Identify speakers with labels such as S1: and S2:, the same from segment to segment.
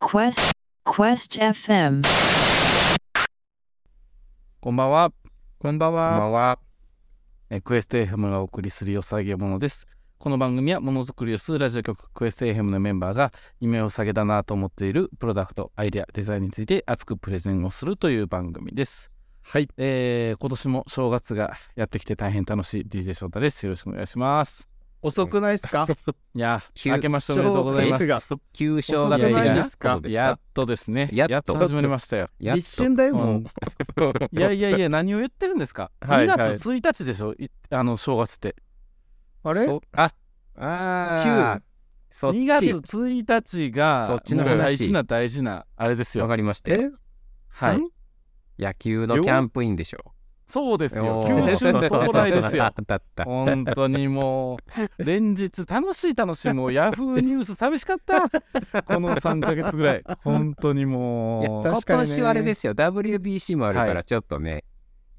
S1: Quest Quest FM
S2: こんばんは。
S3: こんばん
S2: こ
S3: は。
S2: んは。えークエスト FM がお送りするよさげものです。この番組はものづくりをするラジオ局クエスト FM のメンバーが夢を下げだなと思っているプロダクト、アイデア、デザインについて熱くプレゼンをするという番組です。
S3: はい。
S2: えー今年も正月がやってきて大変楽しい DJ 翔太です。よろしくお願いします。
S3: 遅くないですか
S2: いや
S4: 急
S2: ー、明けましておめでとうございます。
S3: 正月
S4: 旧正月
S2: 遅く
S4: 的
S2: ないで
S4: な
S3: す
S4: こ
S3: か
S4: とです
S2: や
S4: か
S2: っとですね。
S4: やっと
S2: 始まりましたよ。
S4: やっ
S3: 一瞬だよ、もう。
S4: と
S2: いやいやいや、何を言ってるんですか。
S3: はい
S2: 2
S3: はい
S2: 月1日でしょ、いあの正月って。
S3: あれ
S4: そうああーそっ
S2: 2月
S4: ち
S2: 1日
S4: そ
S2: が
S4: っちの
S2: もう大
S4: 話
S2: 事な大事なあれです
S4: わ
S2: よ。
S4: かりましたよ
S3: え
S2: はい。
S4: 野球のキャンプインでしょ
S2: そうですよ。
S4: おー
S2: 九州の到来で すよ。
S4: だった
S2: 本当にもう連日楽しい楽しいもうヤフーニュース寂し かったこの3ヶ月ぐらい本当に
S4: いや
S2: もう
S4: 今
S3: 確かにね
S4: 年はあれですよ WBC もあるか
S2: はい
S4: らちょっとね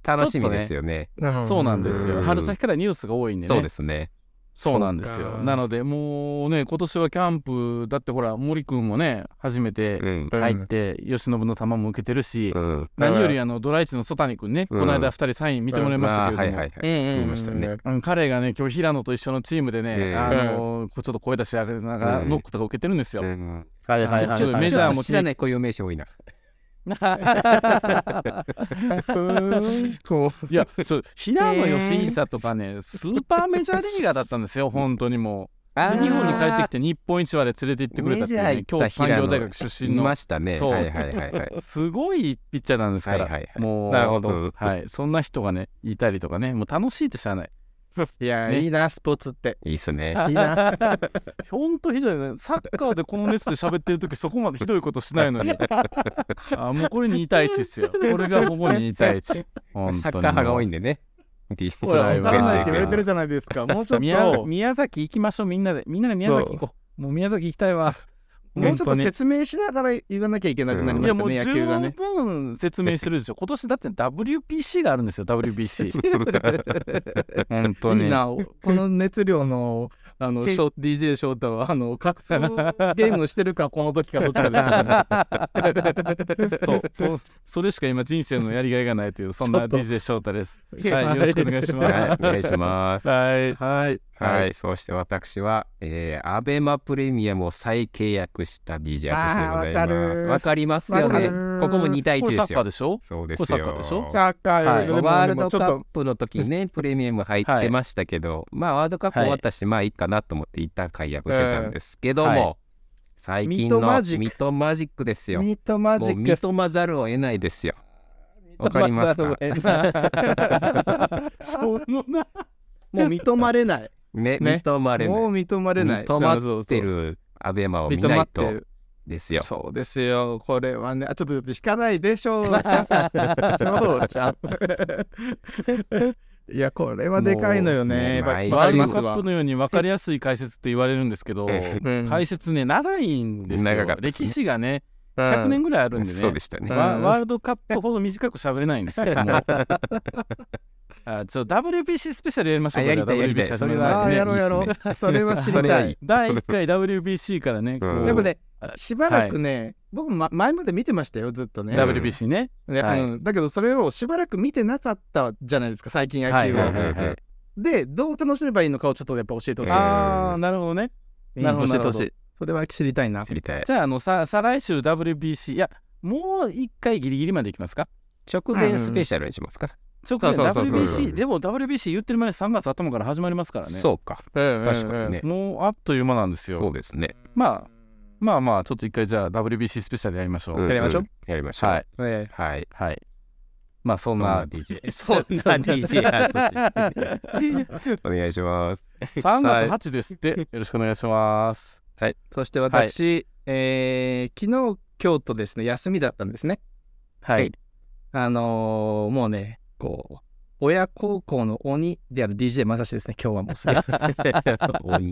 S4: 楽しみですよね
S2: そうなんです
S4: う
S2: よ
S4: ん
S2: 春先からニュースが多いんでね
S4: そうですね
S2: そうなんです
S3: そう
S2: よ
S3: か
S2: なのでもうね今年はキャンプだってほら森くんもね初めて
S4: うん
S2: 入って慶喜の球も受けてるし、
S4: うん
S2: 何よりあのドライチの曽谷君ね、
S4: うん
S2: この間2人サイン見てもらいました
S4: あ
S2: けれ
S4: ー
S2: ども、
S4: はいはいはい
S2: うんうん
S4: 見ましたよね
S2: うん彼がね今日平野と一緒のチームでね、
S4: うん
S2: あのーこうちょっと声出し上げながら
S4: うん
S2: ノックとか受けてるんですよ。
S4: うん
S3: はい
S2: はいはいはいメジ
S4: ち
S2: ャ
S4: ょっ
S2: ーも
S4: と知らない固有名詞多いな
S2: いやそう平野義久とかねスーパーメジャーリーガーだったんですよ本当にもうで日本に帰ってきて日本一まで連れて行ってくれたっていう、ね、
S4: メジャー行
S2: 京都
S4: った
S2: 産
S4: 平野
S2: 業大学出身
S4: い
S2: の
S4: ましたね
S2: そう
S4: はいはいはいはい
S2: すごいピッチャーなんですか
S4: はい
S2: ら、
S4: はいはい
S2: もう
S3: なるほ
S4: ど
S2: はい、そんな人がねいたりとかねもう楽しいって知らない。
S3: いや、
S2: ね
S3: いいな、スポーツって。
S4: いいっすね
S3: いいな。
S2: ほんとひどいね。サッカーでこの熱で喋ってるとき、そこまでひどいことしないの に。あもうこれ2対1ですよ。これがほぼ2対1。本当 に
S4: サッカー派が多いんでね。ディフェン
S3: ほ
S4: ス
S3: ら、
S4: ライ
S3: わ
S4: ン
S3: か
S4: ベースで
S3: らないって言われてる
S4: い
S3: じゃないですか。もうちょっ
S2: 宮
S3: と、
S2: 宮崎行きましょう、みんなで。みんなで宮崎行こう。もう宮崎行きたいわ。
S3: もうちょっと
S2: 本当に
S3: 説明しながら言わなきゃいけなくなり
S2: い
S3: ま
S2: や
S3: した
S2: もう
S3: ね、野球が
S2: 十
S3: ね。
S2: 分説明してる でしょ。今年だって WPC があるんです よ、WBC。本当
S3: い
S2: に。
S3: いな、この熱量の、あの、ショ DJ 翔太は、あの、格闘ゲームをしてるか、この時か、どっちかですからね。
S2: そうそうそれしか今人生のやりがいがないという、そんな
S3: ちょっと
S2: DJ 翔太です。
S3: い
S2: はい、よろしくお願いし
S4: はい、
S2: ま。
S4: お願いしますす。
S2: はい。
S3: はい。
S4: はい、そして私は、えー、アベマプレミアムを再契約した DJ 私でござい
S3: あーわか
S4: ます。
S3: る
S4: わかりますよ
S3: わか
S4: ね
S3: る。
S4: ここも2対
S2: こ
S4: 1
S2: れサ
S4: です
S2: ッカー
S4: よ。
S2: でしょ
S4: そうです
S2: これサッカー
S4: よ
S2: で。しょ
S3: サッカー
S2: は
S3: よ
S2: い
S3: りも
S4: まあ
S3: でも
S4: ワールド
S3: でもちょっ
S4: カ
S3: と
S4: ップの時に ね、プレミアム入ってましたけど、まあ、ワールドカップ終わったし、まあ、一回なと思って一旦解約してたんですけども、
S2: うんはい
S4: 最近
S3: ミ
S4: の
S3: トマジック
S4: ミトマジックですよ。
S3: ミートマジ
S4: もう
S3: ック。
S4: 認まざるを得ないですよ。わかり ますか
S2: そのな。
S3: もう認まれない。
S4: ね、
S3: ね
S4: 認まれない。
S3: もう認まれない。
S4: 認まってるアベマを見
S3: 認
S4: な
S3: ま
S4: い
S3: って
S4: と
S3: る。
S4: ですよ。
S3: そうですよ。これはね、あちょっと引かないでしょう。翔ちゃん。いや、これはでかいのよね。
S4: もうね
S2: ワー
S3: わか
S2: ル
S3: りま
S2: ド
S3: す
S2: カッ
S3: わ
S2: プ。のように分かりやすい解説って言われるんですけど、
S3: うん
S2: 解説ね、長いんですよ
S4: 長かったですね
S2: 歴史がね、100年ぐらいあるんでね、
S4: そうでしたね。
S2: ワ
S3: うん
S2: ワールドカップほど短く喋れないんです よ。もうあちょ WBC スペシャルやりましょう
S4: あ
S2: か、
S4: や
S2: じ
S4: り
S2: ゃあ
S4: たいやりた
S2: WBC
S4: い
S2: 始ま
S4: それ
S2: る
S4: は
S3: ああ、
S2: 前に
S3: や
S2: ね。
S3: ろうやろ
S4: いいっす
S3: う。
S4: ね
S3: それは知 り
S4: それ
S3: た
S4: はい
S3: い
S4: い。
S2: 第1回 WBC からね、こう
S4: うん
S3: でもね、しばらくね、僕もま前まで見てましたよ、ずっとね。
S4: うん
S2: WBC ね、
S3: ね
S2: はい
S3: うんだけど、それをしばらく見てなかったじゃないですか、最近野球を。
S2: はいはい
S4: はいはい
S3: で、どう楽しめばいいのかをちょっとやっぱ教えてほしい。
S4: うん
S2: ああ、なるほどね。なるほど
S3: 教えてほしい。それは知りたいな。
S4: 知りたい。
S2: じゃあ、あのさ再来週 WBC、いや、もう1回ギリギリまでいきますか。
S4: 直前スペシャルにしますか。
S2: そうか、
S4: そうそうそうそう
S2: WBC、でも WBC 言ってる間に3月頭から始まりますからね。
S4: そうか。確
S3: 確
S4: かにね。
S2: もうあっという間なんです
S4: そ
S2: よ
S4: う。ですね。
S2: まあ、まあまあ、ちょっと一回じゃあ WBC スペシャルやりましょう。
S4: ん
S3: やりましょう。
S4: やりましょう。
S2: は
S4: はい
S2: い。。
S3: え
S4: はい。
S2: はい。まあ、そ
S4: そ
S2: ん
S4: ん
S2: な
S4: な DJ。
S3: そんな
S4: DJ お願いし ます。
S2: 3月8ですって、よろしくお願いします。
S3: はい、そして私、えー昨日今日とですね休みだったんですね。
S2: はい。
S3: あのーもうねこう親孝行の鬼である DJ まさしですね今日はもうすげえ
S4: 鬼
S3: い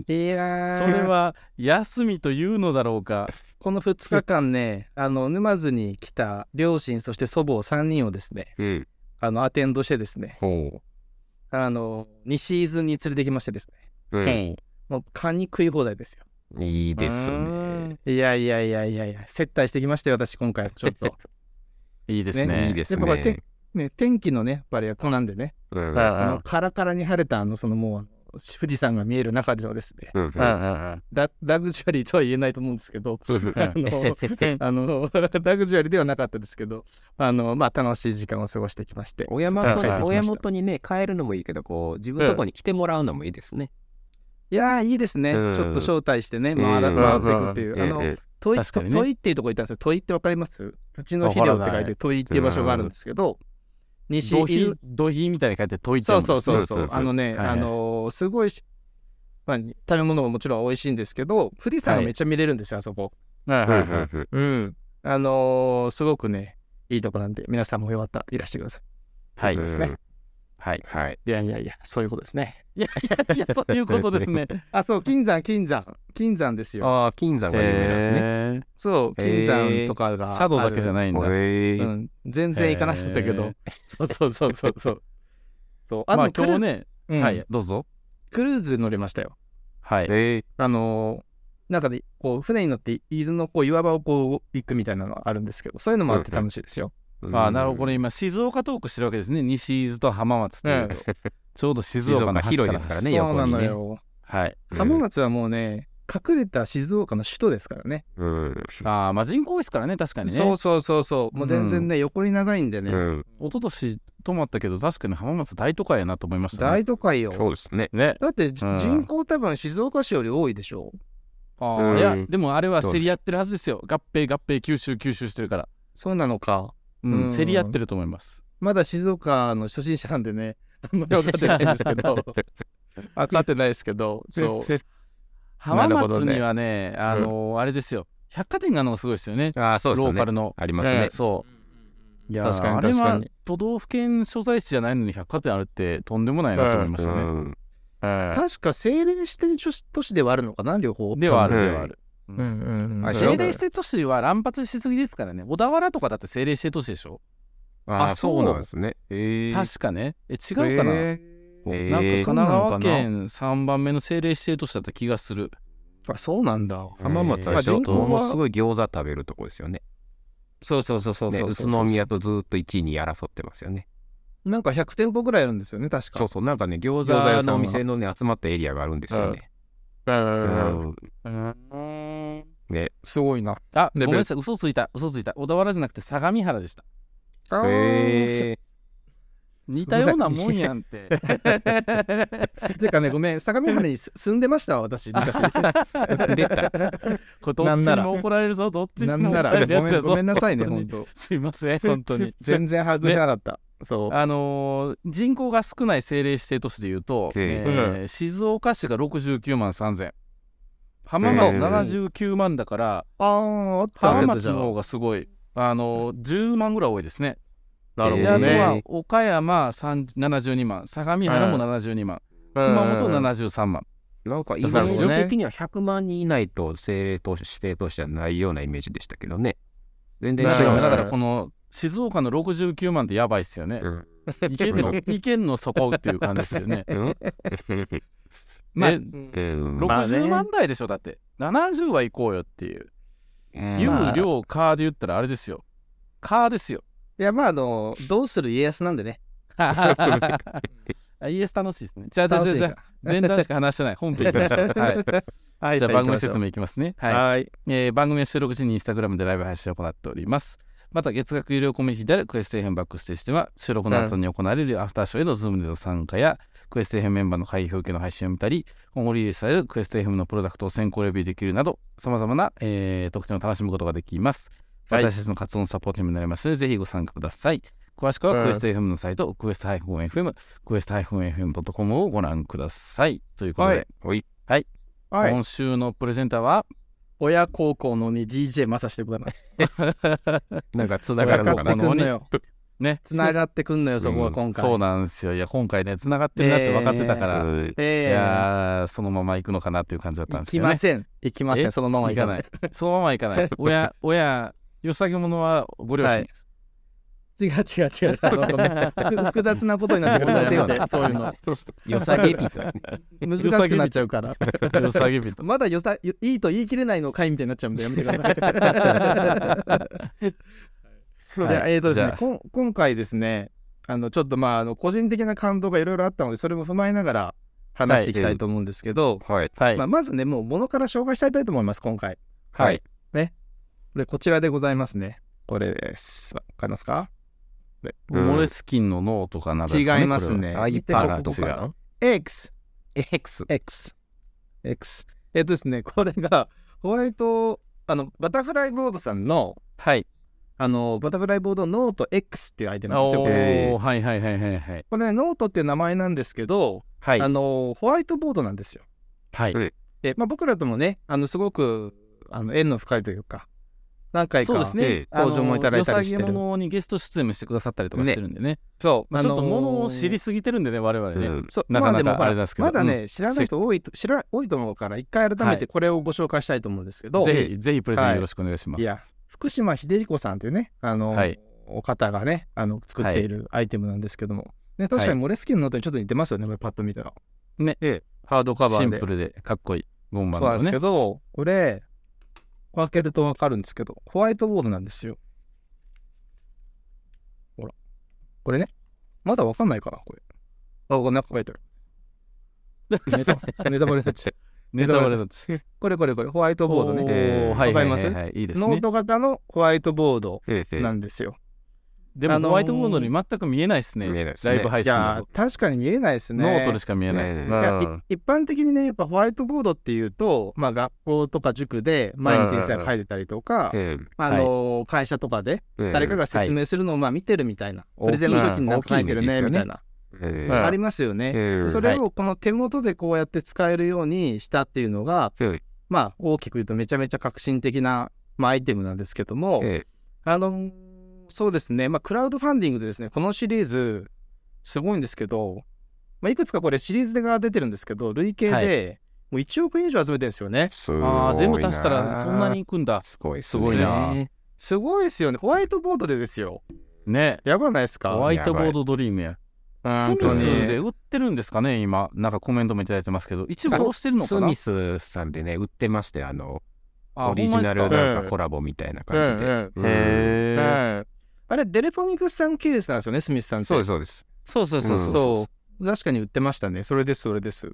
S3: やー
S2: それは休みというのだろうか。
S3: この2日間ねあの沼津に来た両親そして祖母3人をですね
S4: うん。
S3: あのアテンドしてですね
S4: ほ
S3: あの2シーズンに連れてきましてですね
S4: う。うん。
S3: もうカニ食い放題ですよ。
S4: いいです
S2: うー
S4: ね
S2: ん。
S3: いやいやいやいやいや、接待してきましたよ、私、今回、ちょっと。
S2: いいですね。
S4: いいです
S3: やっぱこれ
S4: ね。
S3: ね、天気のね、やっぱりこうなんでね、
S4: うんうん
S2: うん
S3: あのカラカラに晴れた、あの、そのもう、富士山が見える中でのですね、
S4: うん
S2: うんうんうん
S3: ララグジュアリーとは言えないと思うんですけど、あ の、あの ラグジュアリーではなかったですけど、あの、まあ、楽しい時間を過ごしてきまして。
S4: 親
S2: はい
S4: 元
S2: はいはい
S4: 親元にね帰るのもいいけどこう自分のとこに来てもらうのもいいですね。
S3: いやー、いいですね。
S4: うん
S3: ちょっと招待してね、回ら
S4: うん
S3: 回っていくっていう。あ
S4: え
S3: の
S4: え、
S3: 問い、
S2: 確かにね
S3: 問いっていうとこ行ったんですよ。問いってわかります土の肥料って書
S2: わから
S3: い
S2: な
S3: て、問いっていう場所があるんですけど、西
S2: 土
S3: 伊
S2: 肥
S3: 豆、
S2: 土肥みたいに書いて解いて
S3: そ
S2: る
S3: うそうそう
S4: そ
S3: そ
S4: そ
S3: う
S4: う
S3: う。
S4: そう
S3: あの
S2: は
S3: ね、
S2: いはい
S3: あのーすごいし、まあ、食べ物ももちろん美味しいんですけど、富士山がめっちゃ見れるんですよ、あそこ。
S2: はいはいはい
S4: うん
S3: うん。あのーすごくね、いいとこなんで、皆さんもよかったらいらしてください。
S2: はい
S3: ですね。
S2: はい。
S4: はい。
S3: いやいやいや、そういうことですね。
S2: いや、そういうことです ね。
S3: あ、そう、金山、金山、金山ですよ。
S4: ああ金山が有名なんですね。
S2: へー
S3: そう、金山とかが。
S2: 佐渡だけじゃ
S3: い。
S2: ないんだ。
S4: へ
S3: う
S4: ー
S3: ん、全然行かなかったけ
S2: へ
S3: ど
S2: ー。
S3: そう そうそうそうそう。そう、
S2: まあ
S3: と
S2: 今日
S3: ね、
S2: ね、
S3: うん
S2: はい、どうぞ。
S3: クルーズ乗れましたよ。
S2: はい。
S4: へー
S3: あのー、なんかで、こう、船に乗って、伊豆のこう岩場をこう行くみたいなのがあるんですけど、そういうのもあって楽しいですよ。
S2: ああ、なるほど。これ今、静岡トークしてるわけですね。西伊豆と浜松というと。ちょうど静岡の端
S4: 静岡広いですからね
S3: そうなの
S4: 横
S3: よ。
S2: はい。
S4: うん
S3: 浜松はもうね、隠れた静岡の首都ですからね。
S4: うん。
S2: ああ、まあ人口多いですからね、確かにね。
S3: そうそうそうそう。もう全然ね、横に長いんで
S4: う
S3: ね。
S4: ん。
S2: 一昨年泊まったけど、確かに浜松大都会やなと思いましたね。
S3: 大都会よ。
S4: そうですね。
S2: ね。
S3: だってじ
S2: うん
S3: 人口多分静岡市より多いでしょ。
S2: あ
S4: うん
S2: ーいや、でもあれは競り合ってるはずですよ。合併、合併、吸収、吸収してるから。
S3: そうなのか。
S2: う
S3: うん
S2: ん、競り合ってると思います。
S3: まだ静岡の初心者なんでね、あんまり分かってないんですけ ど、分かってないですけど、そう。
S2: 浜
S3: なるほど
S2: 松
S3: ね
S2: にはね、あのーあれですよ。百貨店があるのがすごいですよね。
S4: ああそうです
S2: ローカ
S4: ね
S2: ル。の。
S4: あります
S2: ね
S4: ね。
S2: そう。いやー
S3: 確かに
S2: あれ
S3: 確か
S2: は
S3: に
S2: 都道府県所在地じゃないのに百貨店あるってとんでもないなと思いましたね。
S4: うん
S2: は
S3: 確か政令指定都市ではあるのかな、両方。
S2: いではあ
S4: う
S2: る
S4: ん
S2: ではある。
S3: うんうんうん。
S4: あ
S3: あ
S4: れ
S2: 政令指定都市は乱発しすぎですからね。小田原とかだって政令指定都市でしょ
S4: あ
S3: あ
S4: あ
S3: そう
S4: そうなんですね。へえ。
S2: 確かね。え、違うかな、
S3: へ
S4: ー
S2: なんか
S4: へ
S2: 神
S4: ー
S2: 奈川県3番目の政令指定都市だった気がする。
S3: あそうなんだ。
S4: 浜松
S2: ま
S4: は
S2: あ
S4: ちょっと
S2: 人口
S4: も
S2: は
S4: のすごい餃子食べるとこですよね。
S3: そうそうそうそう
S4: ね
S3: そう。
S4: 宇都。宮とずーっと1位に争ってますよね。
S3: なんか100店舗ぐらいあるんですよね、確か。
S4: そうそう、なんかね、餃
S3: 餃子
S4: 子
S3: 屋さんは
S4: のお店のね、集まったエリアがあるんですよね。うんね、
S3: すごいな。
S2: あ、ご
S3: レベル
S2: めんなさい、嘘ついた、嘘ついた。小田原じゃなくて相模原でした。
S4: へ
S2: 似たようなもんやんって。
S3: てかね、ごめん、相模原にす住んでましたわ、私、 昔。
S4: ー出た。
S2: これど
S3: な
S2: っ
S3: ん
S2: ち
S3: な
S2: に
S3: ら
S2: も怒られるぞ、どっちに
S3: な
S2: も
S3: ん
S2: 怒
S3: な
S2: られ
S3: ら、
S2: るや
S3: ご
S2: つ
S3: め
S2: や
S3: ん
S2: ぞ。
S3: ごめんなさいね、
S2: 本
S3: 本
S2: 当
S3: 当
S2: に。すいません、
S3: 本
S2: 本
S3: 当
S2: 当
S3: に
S2: に。。
S3: 全然把握しなかった。そう。
S2: あのー人口が少ない政令指定都市でいうと、
S4: え
S2: え
S4: え
S2: ー静岡市が69万3000浜松79万だから、
S3: あー、あっ
S2: 浜
S3: 浜
S2: 松
S3: 松
S2: の方
S3: の
S2: がすごい、あのー10万ぐらい多いですね。
S3: な
S4: るほ
S2: で
S4: ど
S2: あ
S4: ね
S2: と
S4: え
S2: は岡山3 72万相模原も72万、熊本73万、
S4: なんかイメ
S3: だから
S4: ー
S3: ね
S4: ジ的には100万人以内と政令投資指定投資じゃないようなイメージでしたけどね。全然違いま
S3: なるほど
S4: した
S2: だか
S4: ね
S2: らこの静岡の69万ってやばいっすよね
S4: う。ん
S2: いけんのいけんのそこっていう感じですよね。
S4: うん
S3: まあ
S2: え
S4: うん
S3: まあね
S2: 60万台でしょだって70は行こうよっていう。有
S3: まあ
S2: 料カーで言ったらあれですよ。カーですよ。
S3: いや、まあ、あの、どうする家康なんでね。
S2: あイエス楽しいですね。じゃあじゃあじゃあじゃあ前段しか話してない。本編行きましょう。はい。
S3: はい、
S2: じゃあ番組説明いきますね。はい。
S3: はい。
S2: えー番組は収録時にインスタグラムでライブ配信を行っております。また月額有料コミュニティであるクエスト編バックステージでは収録の後に行われるアフターショーへのズームでの参加やクエスト編メンバーの開票受けの配信を見たり今後リリースされるクエスト編のプロダクトを先行レビューできるなどさまざまな、えー特典を楽しむことができます。
S3: はい
S2: 私たちの活動のサポートにもなりますのでぜひご参加ください。詳しくは
S3: うん
S2: クエスト FM のサイト、クエスト -FM、クエスト -FM.com をご覧ください。ということで、
S4: おい
S3: はい。
S2: 今週のプレゼンターは
S3: 親孝行のに DJ まさしでございます。
S4: なんかつなが
S3: 繋
S4: る
S3: が
S4: のかな
S2: 繋が
S3: ってく
S2: るのかなん
S3: のよ。
S2: ね。
S3: 繋がってくんのよ、そこ
S4: う
S3: は
S4: ん
S3: 今回。
S2: そうなんですよ。いや、今回ね、繋がってるなって分かってたから、
S4: うん
S3: ええ
S2: いやー、そのまま行くのかなっていう感じだったん
S3: 行
S2: ですけ
S3: き
S2: ど
S3: ま
S2: ね。
S3: せん。行きませ
S2: え
S3: ん。そのまま
S2: 行 かない。そのまま行かない。親、親、よさげものはご両親。
S3: はい違う違う違う。あのご めん複雑なことになってくるからやめて、そういうの。
S4: よさげ人やね
S3: 難しくなっちゃうから。
S2: よさげ人。
S3: まだよさ、よいいと言い切れないのかいみたいになっちゃうんで、やめてく
S2: は
S3: ださい。
S2: い
S3: でえーとです
S2: じゃ
S3: ね
S2: あ、
S3: こん今回ですね、あのちょっとまああの個人的な感動がいろいろあったので、それも踏まえながら話していきたいと思うんですけど、
S4: はい
S2: はい
S3: まあ、まずね、もう物から紹介したいと思います、今回。
S2: はい
S3: これこちらでございますね。これです。わかりますか
S4: うん
S2: モレスキンの脳とかなんかですか
S3: 違いますね。
S4: ああい
S3: 見
S4: ってぱいある
S3: ことこ
S4: こ
S3: か
S4: や
S3: ら
S4: な
S3: X。
S4: X
S3: X。X。えっとですね、これが、ホワイト、あの、バタフライボードさんの、
S2: はい。
S3: あの、バタフライボードノート X っていうアイテムなんです
S2: おお
S3: よ。これ
S2: ー、はいはいはいはいはい。
S3: これね、ノートっていう名前なんですけど、
S2: はい
S3: あ。の、ホワイトボードなんですよ。
S2: はい。
S3: で、まあ、僕らともね、あの、すごく、あの、縁の深いというか、何回か、
S2: そうです
S4: え
S2: ね
S4: え。
S2: あの
S3: 登場もいただいたりしてる
S2: 良さげものにゲスト出演もしてくださったりとかしてるんでね。
S3: そう、
S2: まあ、ちょっと物を知り
S3: す
S2: すぎてるんでね、我々
S4: う
S2: ね。
S4: ん
S3: そう、
S2: な
S3: な
S2: か
S3: か
S2: なか
S3: なか
S2: あれですけど
S3: まだね、知らない人多いと、知ら、多いと思うから、一回改め
S2: は
S3: てこれをご紹介したいと思うんですけど、
S2: ぜひ、ぜひプレゼンよろしくお願いします。
S3: いや、福島秀彦さんというね、あの、
S2: はい
S3: お方がね、あの作っているアイテムなんですけども、ね、確か
S2: はい
S3: にモレスキンのノートにちょっと似てますよね、これパッと見たら。
S2: ね
S3: ええハードカバ
S2: シ
S3: ー
S2: ン
S3: で。
S2: プルでかっこいい。ゴンバ
S3: そうなん
S2: ン
S3: です
S2: ド
S3: け
S2: ね。
S3: ど、これ、開けるとわかるんですけど、ホワイトボードなんですよ。ほら。これね、まだわかんないかな、これ。あ、これなんか 書いてある。ネタネタバレになっちゃう。
S2: ネタバレだと。
S3: これこれこれ、ホワイトボードね。
S4: ええ
S2: おーはいはい
S3: わか
S2: は
S3: り
S2: い
S3: ま
S2: はい。いいです
S3: ノ
S2: ね
S3: ー。ト型のホワイトボード
S4: ええ
S3: なんですよ。
S2: でも、
S3: あのー
S2: ホワイトボードに全く見えないですね。
S4: 見えないですね
S2: ライブ配
S3: い
S2: 信
S3: や
S2: だ
S3: ー
S2: と。
S3: 確かに見えないですね。
S2: ノートでしか見えない。
S4: ねえ
S2: う
S4: ね
S2: ん
S4: え
S3: いやい一般的にねやっぱホワイトボードっていうと、まあ、学校とか塾で毎日先生が書いてたりとか、
S4: え
S3: あのー会社とかで
S4: え
S3: 誰かが説明するのをまあ見てるみたいな、
S4: はい
S3: プレゼンの時になんか書いてるね
S4: 大きい
S3: み
S4: ね
S3: たいな、
S4: え
S2: うん
S4: え
S3: ありますよね。
S4: ええ
S3: それをこの手元でこうやって使えるようにしたっていうのが、
S4: ええ
S3: まあ、大きく言うとめちゃめちゃ革新的な、まあ、アイテムなんですけども、
S4: え
S3: あのーそうですね、まあ、クラウドファンディングでですね、このシリーズ、すごいんですけど、まあ、いくつかこれ、シリーズが出てるんですけど、累計
S2: は
S3: でもう1億円以上集めてるんですよね
S4: え。すごいな
S2: ああ、全部足したらそんなにいくんだ。
S4: すごいっす
S2: す
S4: ね
S2: ごいな。
S3: すごいですよね、ホワイトボードでですよ。
S2: ね。
S3: やばないですか
S2: ホワイトボードドリームや。ス
S3: 本
S2: ミ
S3: 当
S4: 本
S2: ス
S4: 当
S2: で
S3: に。
S2: 売ってるんですかね、今。なんかコメントもいただいてますけど、一部押してるの
S4: ス
S2: かな
S4: ミスさんでね売ってましてあの
S2: あ
S4: オリジナル
S2: ほんまですか
S4: なんかコラボみたいな感じ
S3: うん
S4: で
S3: う
S4: う
S3: ん
S4: ん
S2: へー
S3: うんあれ、デレフォニクスさん系列なんですよね、スミスさんって。
S4: そうですそうです
S2: そうそうそうそう。
S3: そう確かに売ってましたね。それです、それです。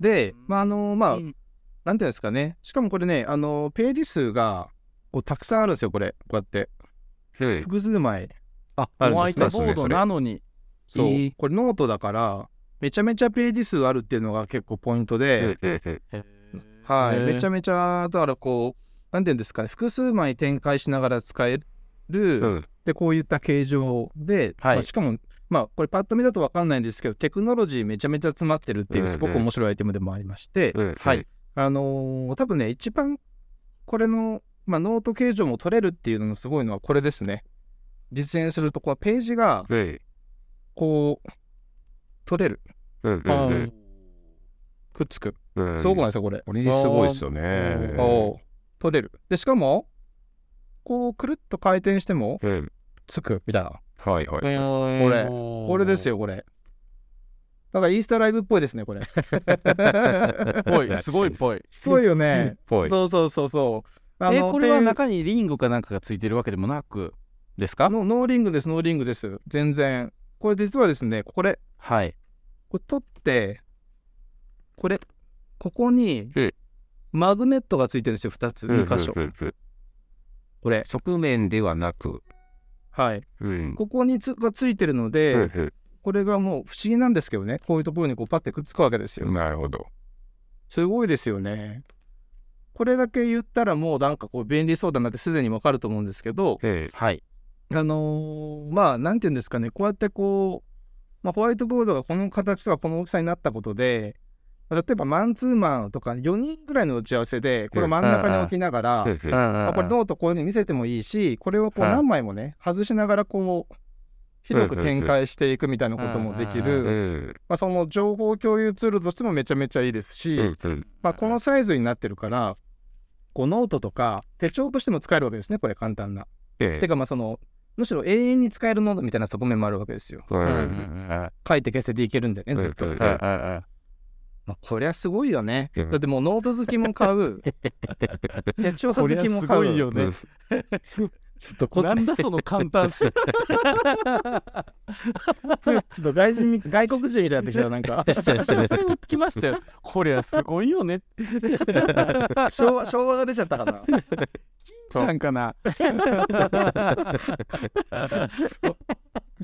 S3: で、まあ、あのまあ、
S2: うん
S3: なんていうんですかね。しかもこれね、あのページ数が、こうたくさんあるんですよ、これ。こうやって。
S4: え
S3: 複数枚。
S2: あ、
S3: あ
S2: ホワイト
S4: そう
S2: ボ
S4: ですね
S2: ード
S4: それ
S2: なのに。
S3: そう。
S4: えー
S3: これノートだから、めちゃめちゃページ数あるっていうのが結構ポイント
S4: え
S3: で、
S4: ええ
S3: はい。めちゃ
S2: めち
S3: めちゃ、だからこう、なんていうんですかね、複数枚展開しながら使え
S4: え
S3: る、
S4: うん
S3: で、こういった形状で、
S2: はい
S3: まあしかも、まあ、これパッと見だと分かんないんですけど、テクノロジーめちゃめちゃ詰まってるってい
S4: うん
S3: う、
S4: うん
S3: すごく面白いアイテムでもありまして、
S4: うん
S2: はい
S3: あのー多分ね、一番これの、まあ、ノート形状も取れるっていうののすごいのはこれですね。実演すると、こうページが
S4: え
S3: こう、取れる。
S4: えうん
S2: ゃ
S4: うん
S3: くっつく。
S4: うん
S3: すごくないですか、これ。
S4: これすごいですよね
S3: おー取れる。で、しかも、こう、くるっと回転しても、
S4: ええ
S3: つく、みたいな。
S4: はいはい
S2: こ
S3: れこ
S2: こ
S3: れです。よ、これ。なんかイースターライブっぽいですね、これ。
S2: ぽい、すごいぽい。
S3: ぽいよね。
S4: ぽい
S3: そうそうそうそう。
S2: え、これは
S3: なか
S2: 中にリングかなんかがついてるわけでもなくですか
S3: ノノーリングです、ノーリングです。全然。これ実はですね、これ、
S2: はい。
S3: これ取って、これ、ここに
S4: うん、
S3: マグネットがついてるんですよ、2つ、2箇所
S4: う。んうんうんうん
S3: これ。
S4: 側面ではなく
S3: はい。
S4: うん
S3: ここにつがついてるの
S4: うん
S3: で、これがもう不思議なんですけどね、こういうところにこうパッてくっつくわけです
S4: う
S3: よ
S4: ん。なるほど
S3: すごいですよね。これだけ言ったらもうなんかこう便利そうだなってすでにわかると思うんですけど、
S4: え
S2: はい。
S3: あのーまあなんて言うんですかねこうやってこう、まあ、ホワイトボードがこの形とかこの大きさになったことでまあ例えばマンツーマンとか4人ぐらいの打ち合わせでこれを真ん中に置きながら、
S4: えええ
S3: まあこれノートこういうふうに見せてもいいしこれをこう
S4: うん
S3: 何枚もね外しながらこう広く展開していくみたいなこともでき
S2: うんうん
S3: る、
S4: え
S3: まあ、その情報共有ツールとしてもめちゃめちゃいいですし、
S4: うんうん
S3: まあ、このサイズになってるからこうノートとか手帳としても使えるわけですねこれ簡単な。
S4: ええ
S3: てかまあそのむしろ永遠に使えるノードみたいな側面もあるわけですよ。
S4: う
S2: うんうん
S4: ん
S3: 書いて消せていけるんでね、ずっと。
S4: うんうん
S2: はいはいは
S3: まあ、こりゃすごいよね。
S4: うん
S3: だってもうノート好きも買 う、手帳
S2: いこ
S3: 好
S2: りゃ
S3: きも
S2: す
S3: 買
S2: ご
S3: う。
S2: いよね。
S3: ちょっとこ
S2: なんだその簡単さ。
S3: 外人み外国人みたいになってきたなんか
S2: 来ましたよ。こりゃすごいよね。
S3: 昭 和昭和が出ちゃったかな。
S2: ちゃんかな。
S3: ちょっ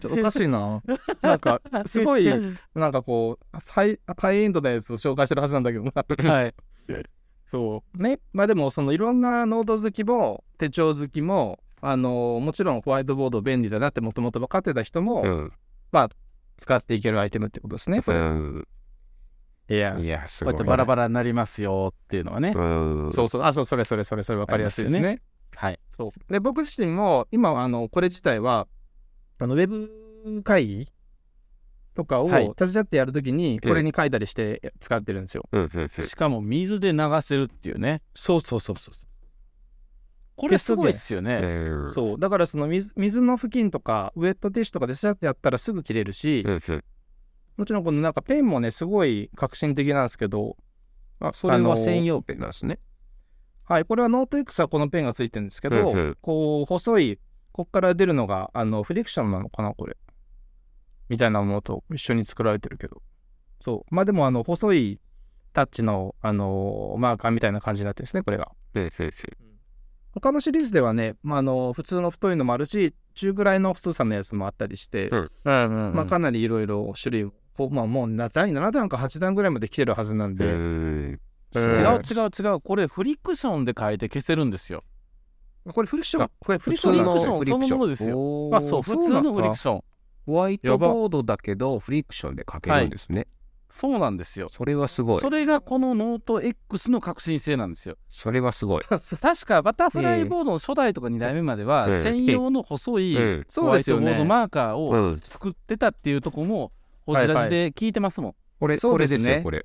S3: とおかしいな。なんかすごいなんかこうハイハイエンドなやつを紹介してるはずなんだけどな。
S2: はい。
S3: そうね。まあでもそのいろんなノート好きも手帳好きもあのもちろんホワイトボード便利だなってもともと分かってた人も、
S4: うん
S3: 使っていけるアイテムってことですね。これ
S2: いや、
S4: うんいやす
S2: こう
S4: ご
S2: や
S4: い
S2: ってバラバラになりますよっていうのはね。
S4: うん
S3: そうそう。あそうそれそれそれそれ分かりやすいですね。
S2: はい。
S3: そうで僕自身も今あのこれ自体はあのウェブ会議とかを
S2: はい
S3: 立ち会ってやるときにこれに書いたりして使ってるんですよ。
S4: うんうん
S2: しかも水で流せるっていうね。
S3: そうそうそうそう。
S2: これすごいっすよ
S4: う
S2: ね。
S4: んうん
S3: そうだからその水水の付近とかウェットティッシュとかでシャってやったらすぐ切れるし、
S4: うんうん
S3: もちろんこのなんかペンもねすごい革新的なんですけど、
S4: あそれ
S3: あの
S4: は専用ペンなんですね
S3: はい、これはノート X はこのペンが付いてるんですけど、
S4: うんうん
S3: こう細いこっから出るのがあのフリクションなのかなこれみたいなものと一緒に作られてるけどそうまあでもあの細いタッチの、あのマーカーみたいな感じになってるんですねこれが
S4: うんうんうん
S3: 他のシリーズではね、まあ、あの普通の太いのもあるし中ぐらいの太さのやつもあったりして、
S4: うん
S2: うんうんうん
S3: まあ、かなりいろいろ種類こうまあ、もうな第7段か8段ぐらいまで来てるはずなんで、
S4: うん
S2: 違う
S3: うん
S2: 違う違う。これフリクションで変えて消せるんですよ。
S3: これフリクション
S4: あ
S3: これフリクシ
S2: 普
S3: ョ
S2: 通
S3: ン
S2: の
S3: なん
S2: フリ
S3: ですよ
S2: クションそのものですよ
S4: おー
S2: あ、そう、普通のフリクション。
S4: ホワイトボードだけどフリクションで書けるんですね、
S2: そうなんですよ。
S4: それはすごい
S2: それがこのノート X の革新性なんですよ。
S4: それはすごい
S2: 確かバタフライボードの初代とか2代目までは
S4: うん
S2: 専用の細い
S4: うん
S2: ホワイトボードマーカー
S4: う
S2: を
S4: ん
S2: 作ってたっていうとこもホジラジで聞いてますもん。
S4: これ
S3: そ
S4: こ
S3: うで
S4: れ
S3: す
S4: です
S3: ね
S4: よこれ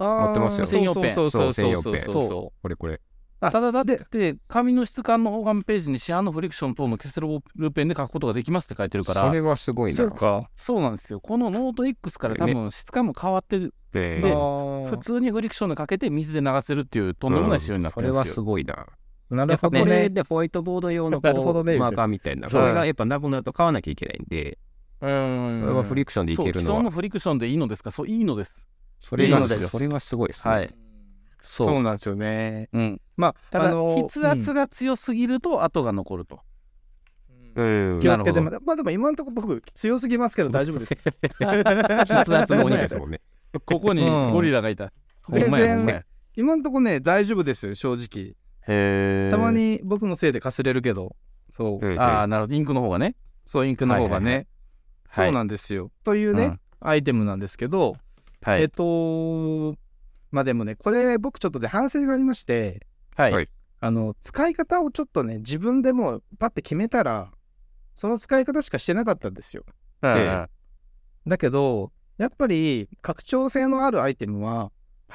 S3: あ
S4: 持ってますよ
S3: そうそうそうそ
S4: 専
S3: うそう
S4: 用
S3: そ
S4: ペン
S3: う
S4: 専
S2: 用ペン
S3: そう
S4: これこれ
S3: あ
S2: ただだって紙の質感のホームページに市販のフリクション等の消せるペンで書くことができますって書いてるか
S4: そ
S2: ら
S4: れはすごいな
S3: そうか。
S2: そうなんですよこのノート X から多分質感も変わってる
S4: で
S2: で普
S3: あー
S2: 通にフリクションでかけて水で流せるっていうとんでもない仕様になって
S4: そ
S2: る
S4: れ
S2: んで
S4: は
S2: すよ。
S4: すごいな
S3: な
S4: や
S3: る
S4: っぱ
S3: ほ
S4: こ
S3: ど
S4: れ
S3: ね。
S4: でホワイトボード用のこ
S3: なるほど
S4: う
S3: ね
S4: マーカーみたいな
S3: そ
S4: そうれがやっぱなくなると買わなきゃいけないんで
S3: うん
S4: それはフリクションでい
S2: そう
S4: け
S2: 既
S4: る
S2: 存
S4: の
S2: の
S4: は
S2: フリクションでいいのですかそういいのです。
S4: それが
S2: いいのですよ
S4: それはすごいですね
S2: はい。
S3: そ
S2: そうう。
S3: なんですよね。
S2: うん、
S3: まあ、
S2: ただ、
S3: あの
S2: 筆圧が強すぎると跡が残ると。
S3: う
S4: うんん
S3: 気をつけて
S2: なる
S3: ままあでも今のところ僕強すぎますけど大丈夫です。
S4: 筆圧のお肉ですもんね
S2: ここに
S3: うん
S2: ゴリラがいた。ほ
S3: 全
S2: ん
S3: 然
S2: まやほんまや。
S3: 今のところね大丈夫ですよ正直。
S2: へー
S3: たま。に僕のせいでかすれるけど。そう。
S4: うん
S2: ああ、なるほど。インクの方がね。
S3: そうインクの方がね。
S2: は
S3: そ
S2: いう
S3: なんですよ。というね、
S2: うん
S3: アイテムなんですけど、
S2: は
S3: えっ
S2: い。
S3: とまあでもねこれ僕ちょっとで反省がありまして。
S2: はい。
S4: はい
S3: あの使い方をちょっとね自分でもうパッて決めたらその使い方しかしてなかったんですよ
S2: うん
S4: え
S2: は
S3: だけどやっぱり拡張性のあるアイテムはも